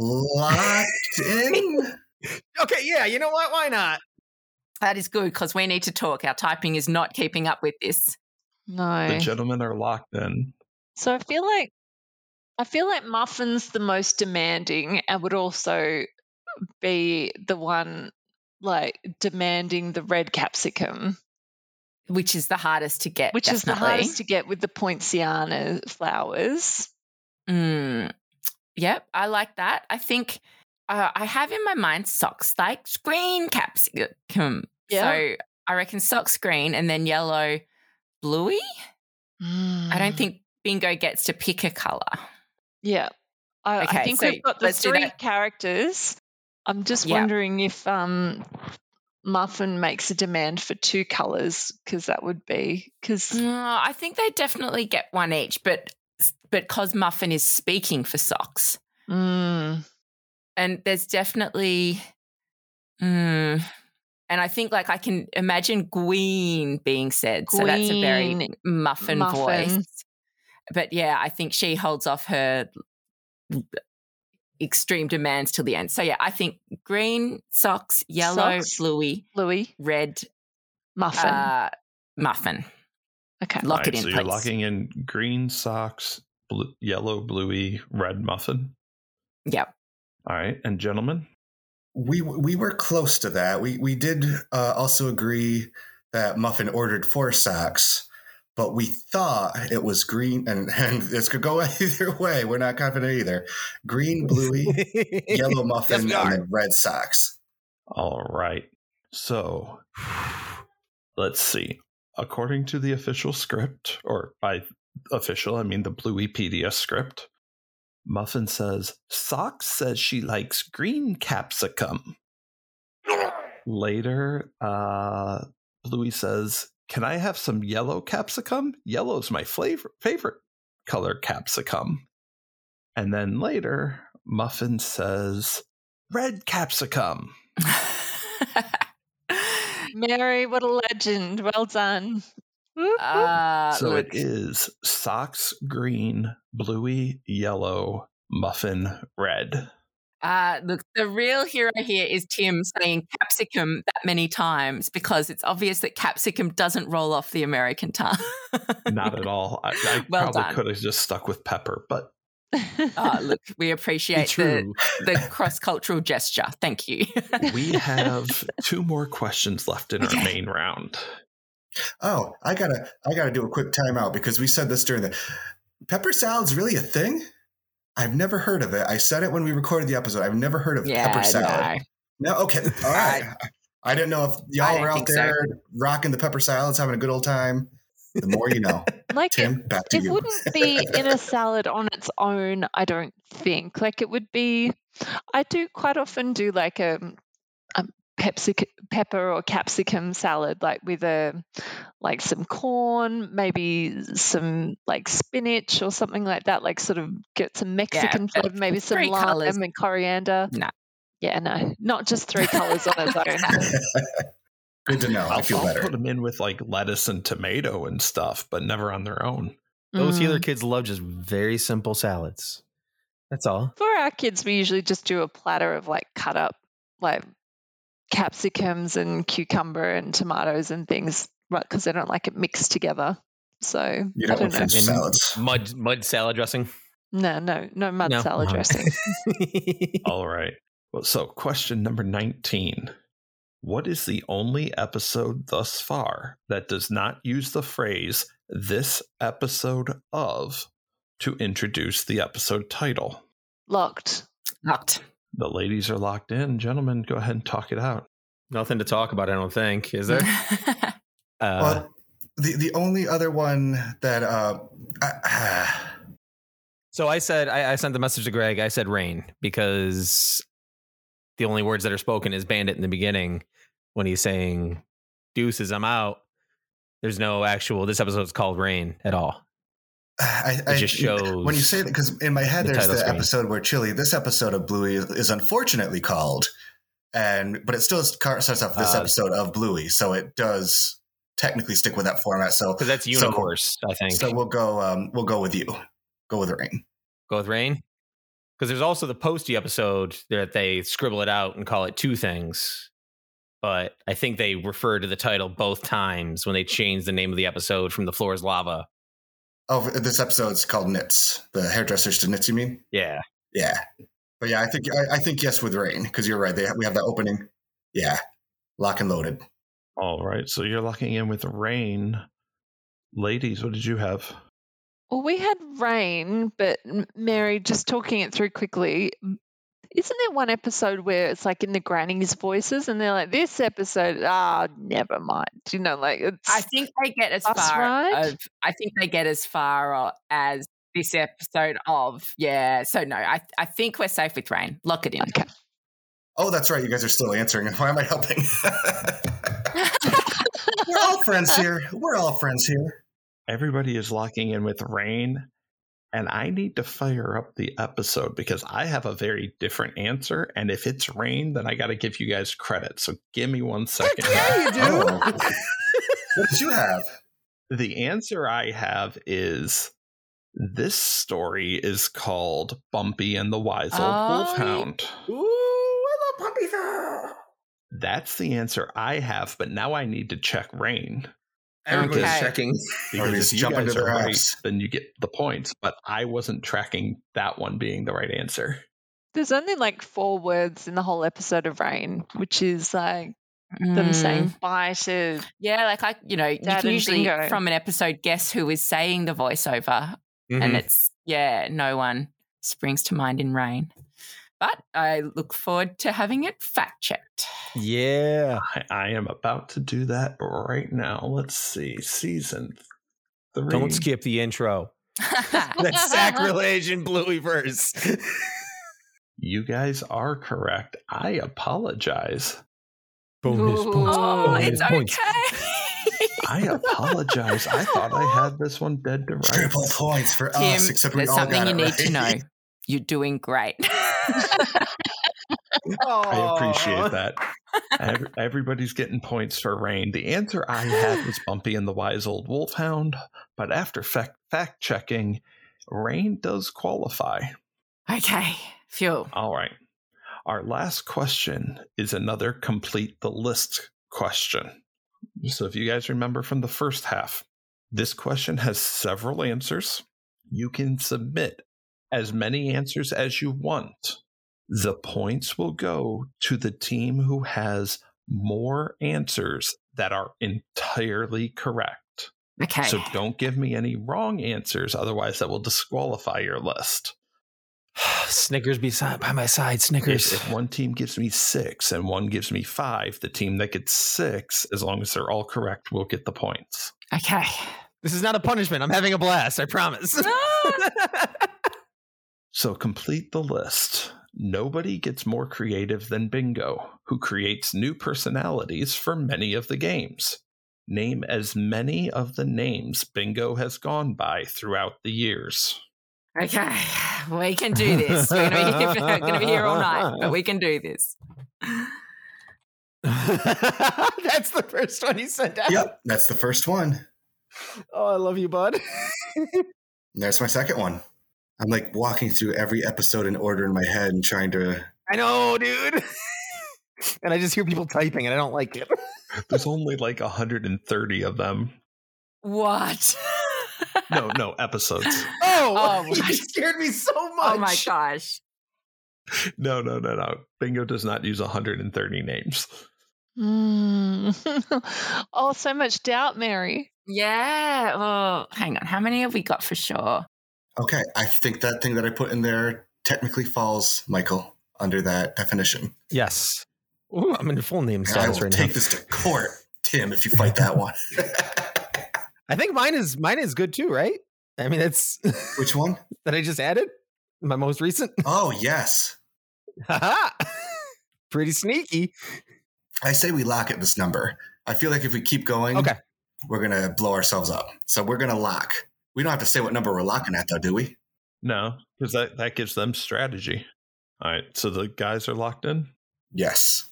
S5: Locked in.
S7: Okay, yeah, you know what? Why not?
S2: That is good because we need to talk. Our typing is not keeping up with this.
S4: No.
S3: the gentlemen are locked in.
S4: So I feel like I feel like Muffin's the most demanding and would also be the one like demanding the red capsicum,
S2: Which is the hardest to get.
S4: which is the
S2: definitely.
S4: hardest to get with the poinciana flowers.
S2: Mm. Yep, I like that. I think uh, I have in my mind socks like green capsicum.
S4: Yeah.
S2: So I reckon socks green and then yellow bluey. Mm. I
S4: Mm.
S2: don't think Bingo gets to pick a color.
S4: Yeah. I, I
S2: Okay,
S4: think
S2: so
S4: we've got the
S2: let's do
S4: three
S2: that.
S4: characters. I'm just
S2: Yeah.
S4: wondering if um, Muffin makes a demand for two colours because that would be because
S2: No, I think they definitely get one each, but but because Muffin is speaking for socks, Mm. and there's definitely, mm, and I think like I can imagine Gween being said. So that's a very
S4: Gween,
S2: Muffin,
S4: Muffin.
S2: voice. But yeah, I think she holds off her extreme demands till the end. So yeah, I think green socks, yellow
S4: Socks.
S2: bluey,
S4: Louis
S2: red
S4: Muffin.
S2: uh, muffin.
S4: okay.
S2: Lock
S3: Right,
S2: it in,
S3: so
S2: place.
S3: you're locking in green socks, blue, yellow, bluey, red muffin.
S2: Yep.
S3: All right, and gentlemen,
S5: We we were close to that. We we did uh, also agree that Muffin ordered four socks, but we thought it was green, and and this could go either way. We're not confident either. Green, bluey, yellow
S7: Yes,
S5: muffin,
S7: we
S5: and
S7: are.
S5: then red socks.
S3: All right. So let's see. According to the official script, or by official, I mean the Blueypedia script, Muffin says, Sock says she likes green capsicum. Later, uh, Bluey says, Can I have some yellow capsicum? Yellow's my flavor- favorite color capsicum. And then later, Muffin says, Red capsicum.
S4: Mary, what a legend. Well done. Whoop, whoop.
S2: uh,
S3: so
S2: look,
S3: it is socks green, bluey yellow, muffin red.
S2: uh, look, the real hero here is Tim saying capsicum that many times because it's obvious that capsicum doesn't roll off the American tongue.
S3: Not at all. I, I
S2: Well
S3: probably
S2: done.
S3: could have just stuck with pepper, but
S2: Ah, look, we
S7: Be
S2: appreciate the,
S7: true.
S2: the cross cultural gesture. Thank you.
S3: we have two more questions left in our
S2: Okay.
S3: main round.
S5: Oh, I gotta I gotta do a quick timeout because we said this during the pepper salad's really a thing? I've never heard of it. I said it when we recorded the episode. I've never heard of
S2: yeah,
S5: pepper salad. No, okay. All right. I didn't know if y'all
S2: don't
S5: were out
S2: think so.
S5: there rocking the pepper salads, having a good old time. The more you know.
S4: Like it,
S5: Tim, back to
S4: it
S5: you.
S4: wouldn't be in a salad on its own, I don't think. Like it would be I do quite often do like a, a pepsic pepper or capsicum salad, like with a like some corn, maybe some like spinach or something like that, like sort of get some Mexican
S2: but
S4: flavor, maybe some
S2: three
S4: lime
S2: colours.
S4: and coriander.
S2: No.
S4: Yeah, no. Not just three colours on its own.
S5: Good to know. I feel
S3: I'll
S5: better.
S3: put them in with like lettuce and tomato and stuff, but never on their own.
S6: Those
S4: Mm.
S6: healer kids love just very simple salads. That's all.
S4: For our kids, we usually just do a platter of like cut up, like capsicums and cucumber and tomatoes and things, right? Because they don't like it mixed together. So
S5: You
S4: I
S5: don't
S4: don't
S5: want
S4: know.
S5: French salads.
S6: Mud mud salad dressing.
S4: No, no, no mud
S6: No.
S4: salad
S6: Uh-huh.
S4: dressing.
S3: All right. Well, so question number 19. What is the only episode thus far that does not use the phrase this episode of to introduce the episode title?
S4: Locked.
S2: Not.
S3: The ladies are locked in. Gentlemen, go ahead and talk it out.
S6: Nothing to talk about, I don't think. Is there? Uh,
S5: well, the, the only other one that uh, I,
S6: so I said I, I sent the message to Greg. I said rain because the only words that are spoken is bandit in the beginning when he's saying deuces, I'm out. There's no actual this episode's called Rain at all.
S5: I,
S6: It just shows
S5: when you say that because in my head
S6: the
S5: there's
S6: title
S5: the
S6: screen.
S5: episode where Chili. This episode of Bluey is, is unfortunately called, and but it still is- car- starts off this
S6: Uh,
S5: episode of Bluey, so it does technically stick with that format. So
S6: because that's
S5: So-
S6: unicorse, I think.
S5: so we'll go um, we'll go with you. Go with the rain.
S6: go with rain because there's also the posty episode that they scribble it out and call it two things but i think they refer to the title both times when they change the name of the episode from the floor is lava
S5: Oh, this episode's called Knits. The hairdressers to Knits. You mean?
S6: yeah
S5: Yeah. But yeah, I think I, I think yes with rain because you're right. They we have that opening. Yeah, lock and loaded.
S3: All right. So you're locking in with rain. Ladies, what did you have?
S4: Well, we had rain, but M- Mary, just talking it through quickly, m- isn't there one episode where it's like in the granny's voices and they're like, this episode, ah, never mind. You know, like it's.
S2: I think they get as
S4: Bus
S2: far
S4: ride?
S2: of, I think they get as far o- as this episode of yeah. So no, I I think we're safe with rain. Lock it in.
S4: Okay.
S5: Oh, that's right. You guys are still answering. Why am I helping? We're all friends here. We're all friends here.
S3: Everybody is locking in with rain. And I need to fire up the episode because I have a very different answer. And if it's rain, then I got to give you guys credit. So give me one second.
S5: you do. Oh. what did you have?
S3: the answer I have is this story is called Bumpy and the Wise Old
S2: Oh,
S3: Wolfhound.
S5: Ooh, I love puppy though.
S3: That's the answer I have, but now I need to check rain.
S6: everybody's
S2: Okay.
S6: checking
S5: Or
S3: Because if
S5: just
S3: you
S5: jump
S3: guys
S5: into
S3: are
S5: their
S3: right,
S5: apps.
S3: then you get the points. But I wasn't tracking that one being the right answer.
S4: There's only like four words in the whole episode of rain, which is like
S2: Mm.
S4: them saying bited.
S2: yeah, like I you know you
S4: Dad
S2: can
S4: and
S2: usually
S4: Bingo.
S2: from an episode guess who is saying the voiceover,
S6: Mm-hmm.
S3: Mm-hmm.
S2: and it's yeah, no one springs to mind in rain. But I look forward to having it fact checked.
S6: yeah
S3: I, I am about to do that right now. Let's see. Season three.
S6: don't skip the intro
S2: Oh,
S6: that's sacrilege and bluey verse
S3: You guys are correct. I apologize.
S6: bonus,
S4: Ooh.
S6: bonus.
S2: oh,
S6: bonus
S2: it's
S6: points.
S2: okay.
S3: I apologize. I thought I had Ah, this one dead to rights.
S5: Triple points for
S2: Tim,
S5: us, except we
S2: there's
S5: all
S2: something
S5: got
S2: you
S5: it
S2: need to know.
S5: right.
S2: You're doing great.
S3: I appreciate that. Every- everybody's getting points for rain. The answer I had was Bumpy and the Wise Old Wolfhound, but after fact fact checking, rain does qualify.
S2: okay, fuel.
S3: All right. Our last question is another complete the list question. So, if you guys remember from the first half, this question has several answers. You can submit as many answers as you want. The points will go to the team who has more answers that are entirely correct.
S2: Okay.
S3: So don't give me any wrong answers, otherwise, that will disqualify your list.
S7: Snickers be si- by my side. Snickers.
S3: If, if one team gives me six and one gives me five, the team that gets six, as long as they're all correct, will get the points.
S2: Okay.
S7: This is not a punishment. I'm having a blast. I promise.
S3: So complete the list. Nobody gets more creative than Bingo, who creates new personalities for many of the games. Name as many of the names Bingo has gone by throughout the years.
S2: okay. We can do this. We're going to be, we're gonna be here all night, but we can do this.
S7: That's the first one he sent out.
S5: Yep, that's the first one.
S7: Oh, I love you, bud.
S5: And there's my second one. I'm like walking through every episode in order in my head and trying to.
S7: I know, dude. and I just hear people typing, and I don't like it.
S3: There's only like 130 of them.
S2: What?
S3: No, no, episodes.
S7: Oh,
S2: Oh,
S7: you
S2: my-
S7: scared me so much.
S2: oh my gosh.
S3: No, no, no, no. Bingo does not use 130 names.
S4: Mm. oh, so much doubt, Mary.
S2: Yeah. Well, hang on. How many have we got for sure?
S5: Okay, I think that thing that I put in there technically falls, Michael, under that definition.
S7: Yes. Ooh, I'm in full name
S5: And I
S7: status
S5: will
S7: right
S5: take
S7: now.
S5: this to court, Tim, if you fight that one.
S7: I think mine is mine is good too, right? I mean, that's
S5: Which one?
S7: that I just added my most recent.
S5: Oh, yes.
S7: Haha. Pretty sneaky.
S5: I say we lock at this number. I feel like if we keep going,
S7: Okay.
S5: we're going to blow ourselves up. So we're going to lock. We don't have to say what number we're locking at, though, do we?
S3: No, because that, that gives them strategy. All right, so the guys are locked in.
S5: Yes.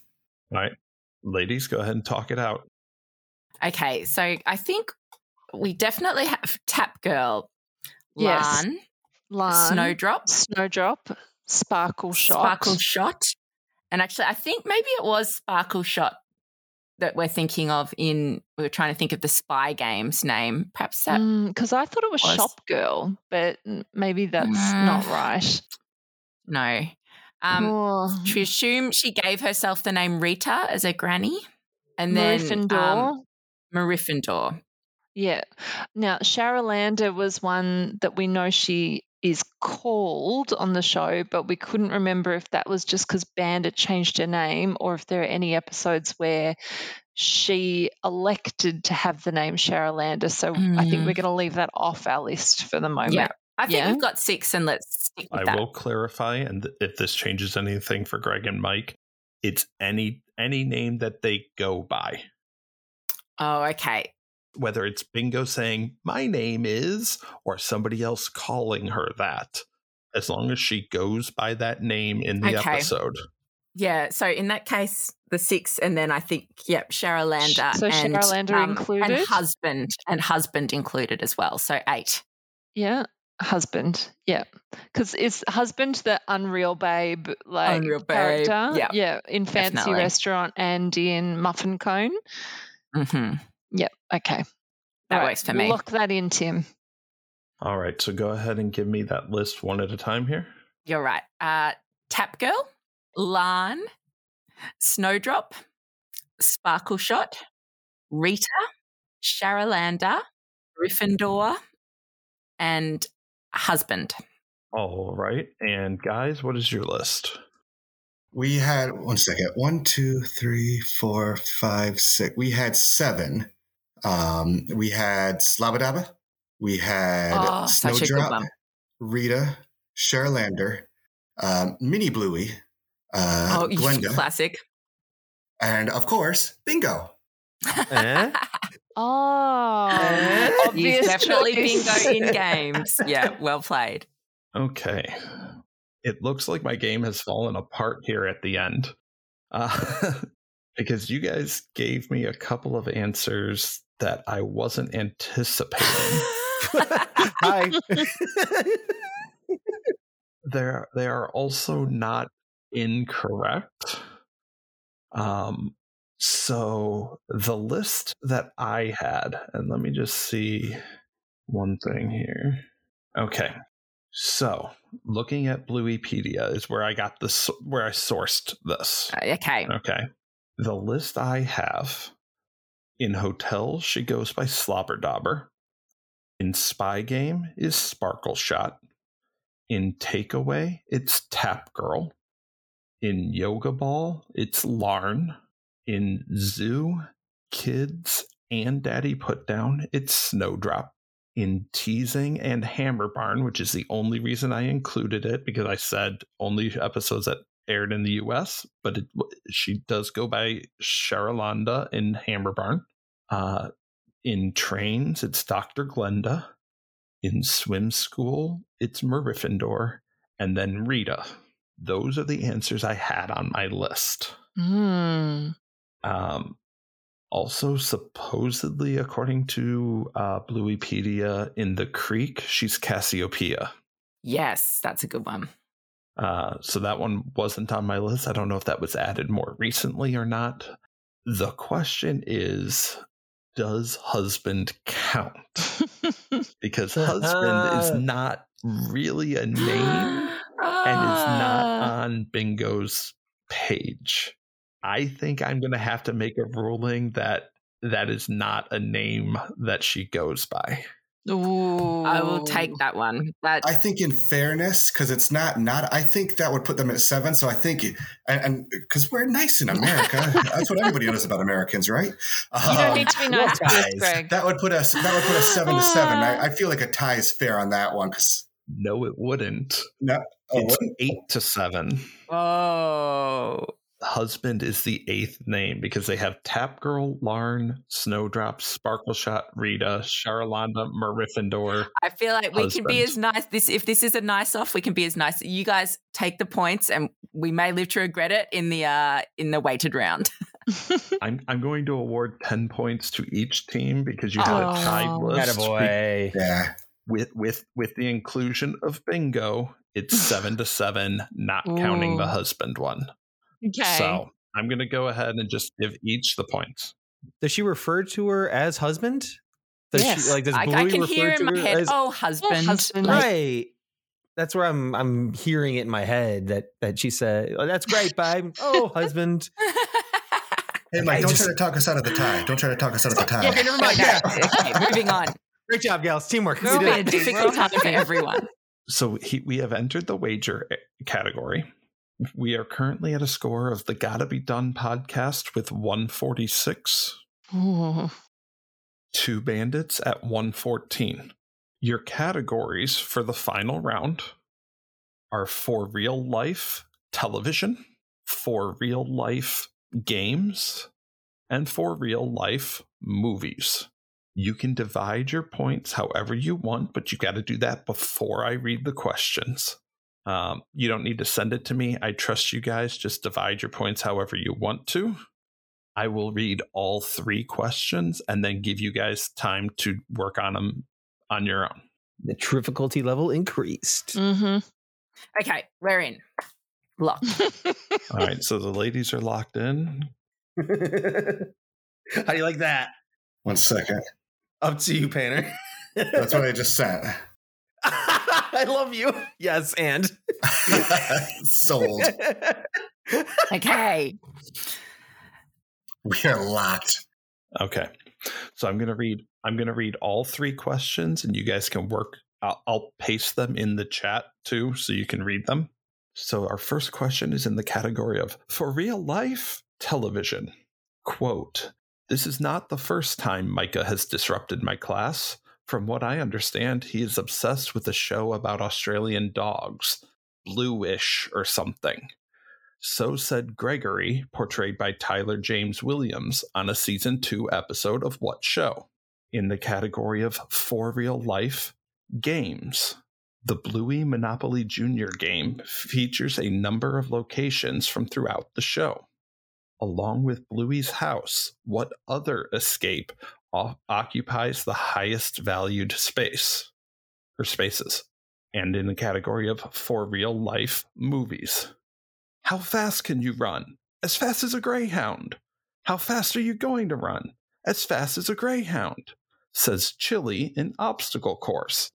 S3: Ladies, go ahead and talk it out.
S2: Okay. So I think we definitely have Tap Girl,
S4: Yes.
S2: Lan,
S4: Lan,
S2: Snowdrop,
S4: Snowdrop, Sparkle Shot.
S2: Sparkle Shot. And actually, I think maybe it was Sparkle Shot that we're thinking of in, we were trying to think of the spy game's name. Perhaps that.
S4: Because Mm, I thought it was
S2: Was.
S4: Shop Girl, but n- maybe that's
S2: Mm.
S4: not right.
S2: No. Um,
S4: oh,
S2: To assume she gave herself the name Rita as her granny. And then
S4: Gryffindor.
S2: um, Marifindor.
S4: yeah. Now, Sharalander was one that we know she is called on the show, but we couldn't remember if that was just because Bandit changed her name or if there are any episodes where she elected to have the name Sharalander. So I think
S2: Mm.
S4: we're going to leave that off our list for the moment.
S2: Yeah. I think
S4: Yeah.
S2: we've got six and let's stick with
S3: I
S2: that.
S3: will clarify, and th- if this changes anything for Greg and Mike, it's any any name that they go by,
S2: Oh, okay.
S3: whether it's Bingo saying "My name is" or somebody else calling her that. As long as she goes by that name in the
S2: Okay.
S3: episode,
S2: Yeah. So in that case, the six, and then I think, yep, Cheryl Lander.
S4: So
S2: and, um,
S4: Cheryl Lander
S2: And
S4: included?
S2: husband, and husband included as well. So eight.
S4: Yeah, husband. Yeah, because is husband the unreal babe like
S2: Unreal Babe,
S4: character?
S2: yeah,
S4: yeah, in fancy
S2: definitely.
S4: restaurant and in muffin cone.
S2: Mm-hmm.
S4: Okay,
S2: That
S4: All
S2: works for me.
S4: Lock that in, Tim.
S3: all right. So go ahead and give me that list one at a time here.
S2: You're right. Uh, Tap Girl, Lan, Snowdrop, Sparkle Shot, Rita, Sharalander, Gryffindor, and Husband.
S3: All right, and guys, what is your list?
S5: We had one second. One, two, three, four, five, six. We had seven. Um, we had Slabadaba. We had
S2: Oh, such a good
S5: Snowdrop,
S2: one.
S5: Rita, Sherlander, um, Mini Bluey, uh,
S2: oh,
S5: Glenda,
S2: classic.
S5: and of course Bingo.
S3: Uh-huh.
S7: Eh?
S4: Oh,
S7: Eh?
S2: He's
S4: obvious
S2: definitely
S4: choice.
S2: bingo in games. Yeah, well played.
S3: Okay. It looks like my game has fallen apart here at the end. Uh, because you guys gave me a couple of answers that I wasn't anticipating.
S7: Hi.
S3: They're, they are also not incorrect. Um, so the list that I had, and let me just see one thing here. Okay. So, looking at Blueypedia is where I got this, where I sourced this.
S2: okay.
S3: Okay. The list I have in Hotel, she goes by Slobber Dobber. In Spy Game is Sparkle Shot. In takeaway, it's Tap Girl. In Yoga Ball, it's Larn. In Zoo, Kids, and Daddy Put Down, it's Snowdrop. In Teasing and Hammer Barn, which is the only reason I included it because I said only episodes that aired in the US, but it, she does go by Sharalanda in Hammer Barn. Uh, in Trains, it's Dr. Glenda. In Swim School, it's Murifindor. And then Rita. Those are the answers I had on my list.
S4: Mm.
S3: Um, also, supposedly, according to uh, Blueypedia, in the creek, she's Cassiopeia.
S2: Yes, that's a good one.
S3: Uh, so that one wasn't on my list. I don't know if that was added more recently or not. The question is Does husband count?
S4: Hmm.
S3: Because husband is not really a name and it's not on Bingo's page. I think I'm going to have to make a ruling that that is not a name that she goes by.
S4: Ooh.
S2: I will
S3: um,
S2: take that one. That
S5: I think, in fairness, because it's not not. I think that would put them at seven. So I think, and because we're nice in America, that's what everybody knows about Americans, right? Um,
S4: You don't need
S2: Oh,
S4: to be nice to us, Greg.
S5: That would put us. That would put us seven to seven. I, I feel like a tie is fair on that one. Because
S3: No, it wouldn't.
S5: oh,
S3: it's
S5: what-
S3: eight to seven.
S2: oh,
S3: Husband is the eighth name because they have Tap Girl, Larn, Snowdrop, Sparkle Shot, Rita, Charlanda, Marifindor.
S2: I feel like we can be
S3: Husband.
S2: as nice. This if this is a nice off, we can be as nice. You guys take the points, and we may live to regret it in the uh in the weighted round.
S3: I'm I'm going to award ten points to each team because you had a tied
S4: Oh.
S3: list with,
S7: Attaboy.
S5: yeah.
S3: with with with the inclusion of bingo. It's seven to seven, not counting the
S4: Ooh.
S3: husband one.
S4: okay.
S3: So I'm going to go ahead and just give each the points.
S7: Does she refer to her as husband? Does
S4: Yes.
S7: she like does
S2: I,
S7: Bluey
S2: I can
S7: refer
S2: hear in
S7: to
S2: my
S7: her
S2: head,
S7: as-
S2: "Oh, husband,
S4: husband.
S2: Like,
S7: right? That's where I'm I'm hearing it in my head that that she said, oh, "That's great, babe." Oh, husband.
S5: Hey, Mike,
S7: I
S5: don't
S7: just-
S5: try to talk us out of the tie. Don't try to talk us out of the tie.
S2: yeah, but never mind.
S5: Yeah.
S2: Okay, moving on.
S7: Great job, gals. Teamwork.
S2: We're all
S7: did
S2: been a
S7: it.
S2: difficult time for everyone.
S3: So he, we have entered the wager eh, category. We are currently at a score of the Gotta Be Done podcast with 146,
S4: Ooh.
S3: two bandits at 114. Your categories for the final round are for real life television, for real life games, and for real life movies. You can divide your points however you want, but you got to do that before I read the questions. Um, you don't need to send it to me. I trust you guys. Just divide your points however you want to. I will read all three questions and then give you guys time to work on them on your own.
S7: The difficulty level
S2: Mm.
S7: increased.
S4: Mhm.
S2: Okay, we're in. Lock.
S3: All right. So the ladies are locked in.
S7: How do you like that?
S5: One second.
S7: Up to you, Painter.
S5: That's what I just sent.
S7: I love you. Yes, and
S5: Sold.
S2: Okay.
S5: We are locked.
S3: Okay. So I'm going to read I'm going to read all three questions and you guys can work I'll, I'll paste them in the chat too so you can read them. So our first question is in the category of for real life television. Quote: This is not the first time Micah has disrupted my class. From what I understand, he is obsessed with a show about Australian dogs, bluish or something. So said Gregory, portrayed by Tyler James Williams on a season two episode of What Show? In the category of for real life games. The Bluey Monopoly Jr. game features a number of locations from throughout the show. Along with Bluey's house, what other escape o- occupies the highest valued space or spaces? And in the category of for real life movies. How fast can you run? As fast as a greyhound. How fast are you going to run? As fast as a greyhound, says Chili in obstacle course.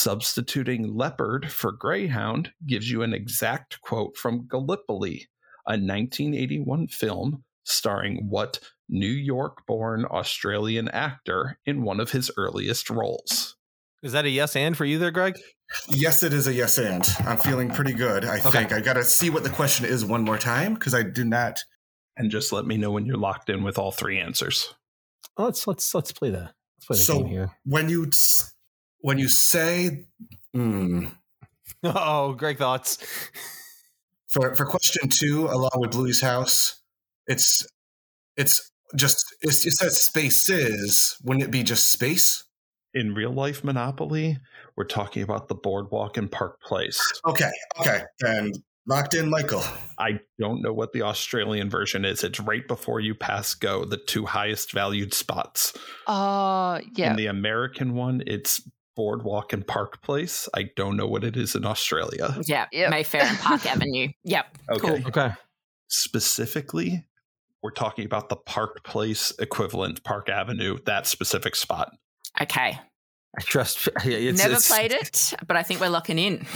S3: Substituting leopard for greyhound gives you an exact quote from Gallipoli, a 1981 film starring what New York born Australian actor in one of his earliest roles?
S7: Is that a yes and for you there, Greg?
S5: Yes, it is a yes and. I'm feeling pretty good. I
S6: Okay.
S5: think I gotta see what the question is one more time because I do not.
S3: And just let me know when you're locked in with all three answers.
S6: Oh,
S7: Well, let's let's let's play the let's play the
S5: So-
S7: game here.
S5: When you s- when you say hmm,
S6: Oh, Greg thoughts.
S5: for for question two, along with Bluey's house, it's it's just it's, it says spaces. Wouldn't it be just space?
S3: In real life Monopoly, we're talking about the boardwalk in Park Place.
S5: Okay, okay, then locked in, Michael.
S3: I don't know what the Australian version is. It's right before you pass go, the two highest valued spots.
S4: Oh, yeah.
S3: In the American one, it's boardwalk and Park Place. I don't know what it is in Australia.
S2: Yeah,
S4: Yep.
S2: Mayfair and Park Avenue. Yep.
S3: Okay.
S7: Okay.
S3: Specifically, we're talking about the Park Place equivalent, Park Avenue, that specific spot.
S2: Okay.
S7: I trust. It's,
S2: Never
S7: it's-
S2: played it, but I think we're locking in.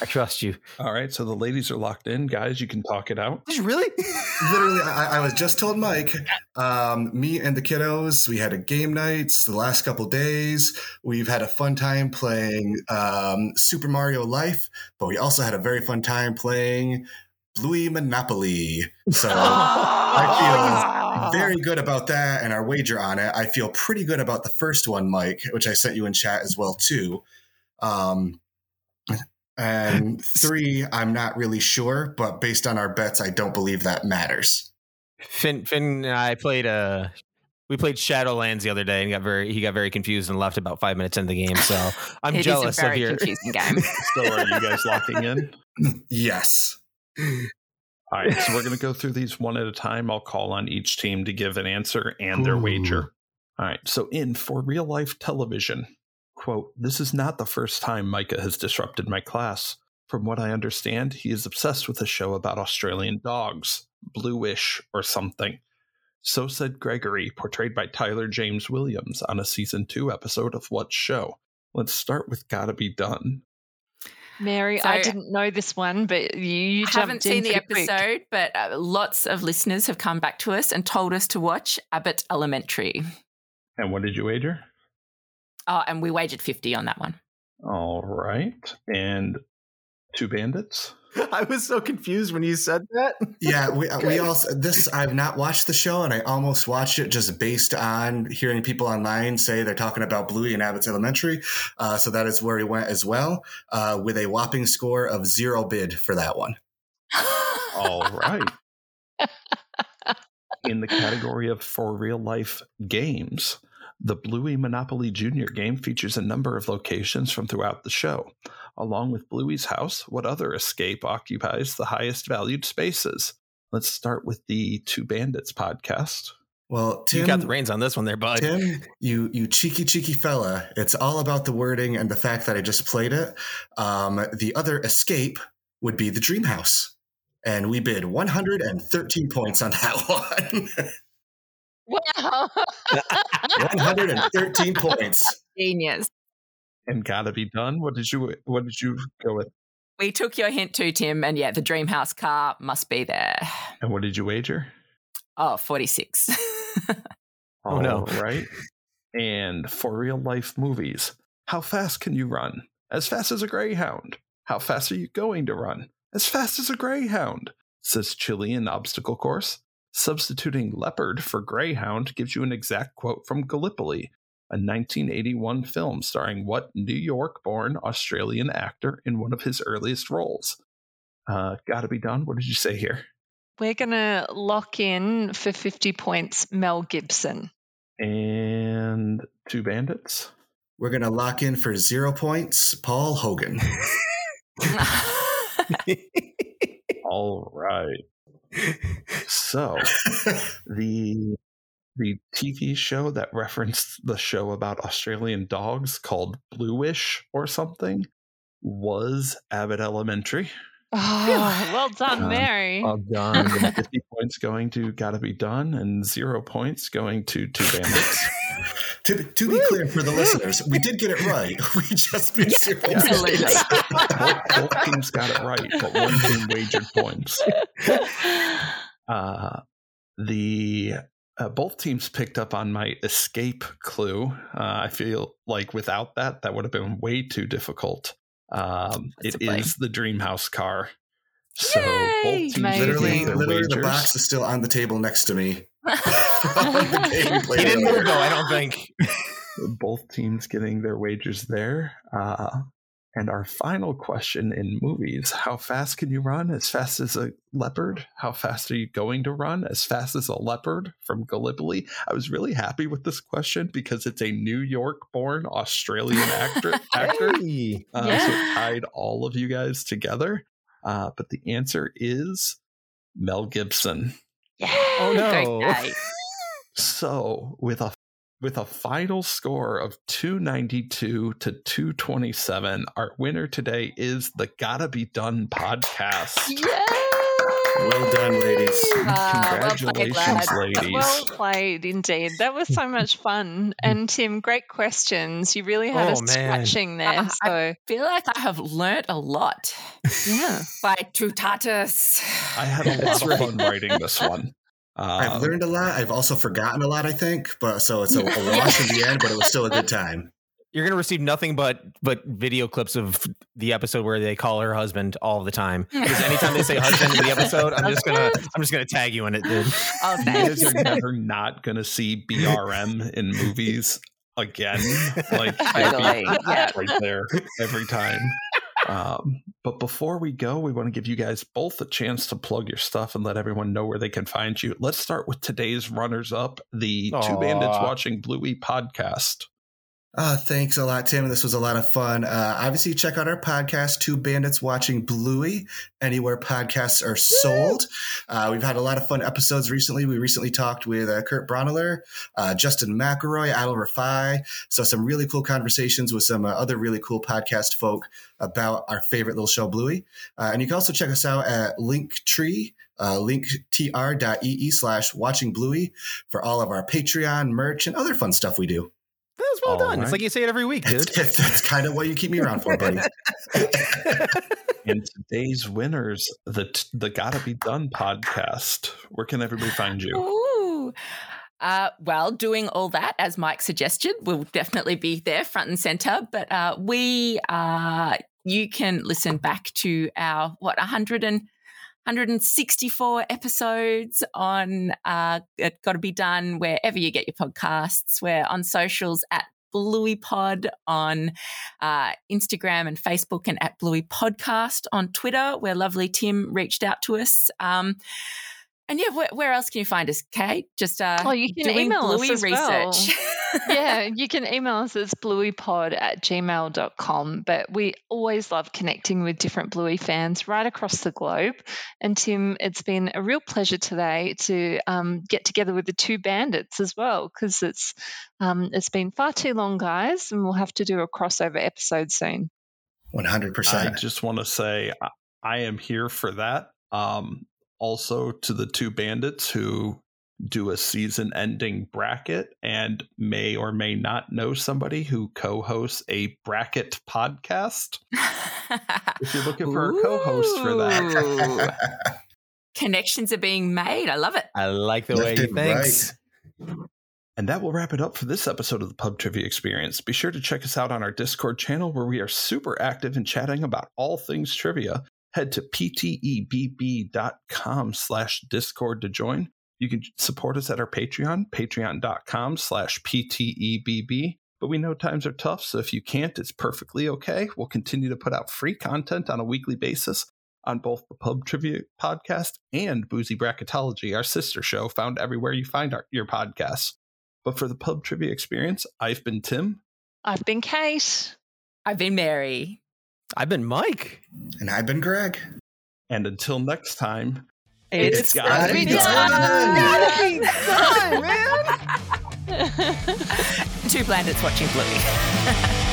S7: I trust you.
S3: All right, so the ladies are locked in. Guys, you can talk it out.
S7: Really?
S5: Literally, I, I was just told Mike. Um, me and the kiddos, we had a game nights the last couple days. We've had a fun time playing um, Super Mario Life, but we also had a very fun time playing Bluey Monopoly. So.
S4: Oh.
S7: Oh.
S6: Ah.
S5: I feel very good about that and our wager on it. I feel pretty good about the first one, Mike, which I sent you in chat as well too. Um, and three, I'm not really sure, but based on our bets, I don't believe that matters.
S6: Finn, Finn, and I played Uh, we played Shadowlands the other day, and got very he got very confused and left about five minutes into the game. So I'm
S2: It is
S6: jealous
S2: a very
S6: of your.
S2: confusing game.
S3: So are you guys locking in?
S5: Yes.
S3: All right, so we're going to go through these one at a time. I'll call on each team to give an answer and their
S6: Ooh.
S3: wager. All right, so in for real life television, quote, this is not the first time Micah has disrupted my class. From what I understand, he is obsessed with a show about Australian dogs, bluish or something. So said Gregory, portrayed by Tyler James Williams on a season two episode of What Show? Let's start with Gotta Be Done.
S4: Mary, I
S2: So-
S4: didn't know this one, but you, you
S2: I
S4: jumped
S2: haven't seen
S4: in
S2: the
S4: pretty quick.
S2: episode, but uh, lots of listeners have come back to us and told us to watch Abbott Elementary.
S3: And what did you wager?
S2: Oh, and we wagered 50 on that one.
S3: All right, and two bandits.
S6: I was so confused when you said that.
S5: Yeah, we we also this I've not watched the show and I almost watched it just based on hearing people online say they're talking about Bluey and Abbott's Elementary. Uh, so that is where he went as well, uh, with a whopping score of zero bid for that one.
S3: All right. In the category of for real life games, the Bluey Monopoly Jr. game features a number of locations from throughout the show. Along with Bluey's house, what other escape occupies the highest valued spaces? Let's start with the Two Bandits podcast.
S5: Well, Tim,
S6: you got the reins on this one, there, bud.
S5: Tim, you you cheeky cheeky fella. It's all about the wording and the fact that I just played it. Um, the other escape would be the dream house. And we bid 113 points on that one.
S4: Wow.
S5: 113 points.
S2: Genius.
S3: And gotta be done. What did you what did you go with?
S2: We took your hint too, Tim. And yeah, the Dreamhouse car must be there.
S3: And what did you wager?
S2: Oh, 46.
S6: Oh, no.
S3: All Right? And for real life movies, how fast can you run? As fast as a greyhound. How fast are you going to run? As fast as a greyhound, says Chilean obstacle course. Substituting leopard for greyhound gives you an exact quote from Gallipoli, a 1981 film starring what New York born Australian actor in one of his earliest roles? Uh, gotta be done. What did you say here?
S4: We're going to lock in for 50 points Mel Gibson.
S3: And two bandits.
S5: We're going to lock in for zero points. Paul Hogan.
S3: Oh, All right. So the the TV show that referenced the show about Australian dogs called Bluish or something was Abbott Elementary.
S4: Oh, well done,
S3: Um,
S4: Mary.
S6: done.
S3: Fifty points going to Gotta Be Done, and zero points going to Two Bandits.
S5: to, to be clear for the listeners, we did get it right. We just bid zero
S2: absolutely.
S5: points.
S3: both, both teams got it right, but one team wagered points. Uh, the uh, both teams picked up on my escape clue. Uh, I feel like without that, that would have been way too difficult. Um,
S2: That's
S3: it
S2: a play.
S3: is the dream house car. So
S2: Yay!
S3: both teams have
S4: Amazing.
S5: Literally,
S3: made their
S5: literally, the
S3: wagers.
S5: box is still on the table next to me. The game
S4: He
S5: played
S7: He didn't
S5: out.
S7: move though. I don't think.
S3: both teams getting their wagers there. Uh, and our final question in movies How fast can you run? As fast as a leopard? How fast are you going to run? As fast as a leopard from Gallipoli? I was really happy with this question because it's a New York born Australian actor. actor.
S7: Hey.
S3: Uh, So it
S2: Yeah.
S3: tied all of you guys together. Uh, but the answer is Mel Gibson.
S4: Yeah.
S7: Oh no.
S2: Go gay.
S3: So with a with a final score of 292 to 227, our winner today is the Gotta Be Done podcast.
S5: Well done, ladies.
S2: Ah, well played,
S3: Congratulations,
S2: lad.
S3: ladies.
S4: Well played indeed. That was so much fun. And Tim, great questions. You really had
S7: Oh,
S4: us
S7: man.
S4: scratching there.
S2: I-
S4: So
S2: feel like I have learnt a lot
S4: yeah.
S2: by Tutatis.
S3: I had a lot of fun writing this one.
S5: I've
S3: Uh,
S5: learned a lot. I've also forgotten a lot, I think. But so it's a, a wash in the end, but it was still a good time.
S7: You're gonna receive nothing but but video clips of the episode where they call her husband all the time.
S2: Oh,
S7: Because anytime they say husband in the episode, I'm just gonna I'm just gonna tag you in it, dude.
S2: Oh,
S3: you guys
S2: thanks.
S3: are never not going to see BRM in movies again. Like, it'll be
S2: Totally. Yeah.
S3: right there every time. Um, but before we go, we want to give you guys both a chance to plug your stuff and let everyone know where they can find you. Let's start with today's runners up the Two
S7: Aw.
S3: Bandits Watching Bluey podcast.
S5: Uh, thanks a lot, Tim. This was a lot of fun. Uh, obviously, check out our podcast, Two Bandits Watching Bluey, anywhere podcasts are sold. Uh, we've had a lot of fun episodes recently. We recently talked with uh, Kurt Bronnler, uh, Justin McElroy, Adel Rafai. So, some really cool conversations with some uh, other really cool podcast folk about our favorite little show, Bluey. Uh, and you can also check us out at Linktree. Uh, linktr.ee E slash watching bluey for all of our Patreon merch and other fun stuff we do.
S7: That was well
S3: All
S7: done.
S3: right.
S7: It's like you say it every week, dude.
S5: That's, that's kind of what you keep me around for, buddy.
S3: And today's winners, the the Gotta Be Done podcast. Where can everybody find you?
S2: Ooh. Uh, well, doing all that, as Mike suggested, will definitely be there front and center. But uh, we, uh, you can listen back to our, what, 100 and 164 episodes on uh, It Gotta Be Done, wherever you get your podcasts. We're on socials at Bluey Pod on uh, Instagram and Facebook and at Bluey Podcast on Twitter, where lovely Tim reached out to us. Um, and yeah, where, where else can you find us, Kate? Just uh,
S4: Oh, you can
S2: doing
S4: email
S2: Bluey
S4: us as well.
S2: research.
S4: yeah, you can email us as blueypod at gmail.com. But we always love connecting with different Bluey fans right across the globe. And Tim, it's been a real pleasure today to um, get together with the two bandits as well, because it's um, it's been far too long, guys, and we'll have to do a crossover episode soon.
S5: One
S3: I
S5: hundred percent.
S3: just want to say I, I am here for that. Um, also to the two bandits who do a season ending bracket and may or may not know somebody who co hosts a bracket podcast. If you're looking for a co-host for
S2: Ooh. Connections are being made. I love it.
S7: I like the way
S5: Left
S7: you
S5: and
S7: think.
S5: right.
S3: And that will wrap it up for this episode of the Pub Trivia Experience. Be sure to check us out on our Discord channel where we are super active in chatting about all things trivia. Head to ptebb.com slash discord to join. You can support us at our Patreon, patreon.com slash ptebb. But we know times are tough, so if you can't, it's perfectly okay. We'll continue to put out free content on a weekly basis on both the Pub Trivia podcast and Boozy Bracketology, our sister show, found everywhere you find our, your podcasts. But for the pub trivia experience, I've been Tim.
S4: I've been Kate.
S2: I've been Mary.
S7: I've been Mike.
S5: And I've been Greg.
S3: And until next time,
S5: It's gotta be done.
S2: Two planets watching Bluey.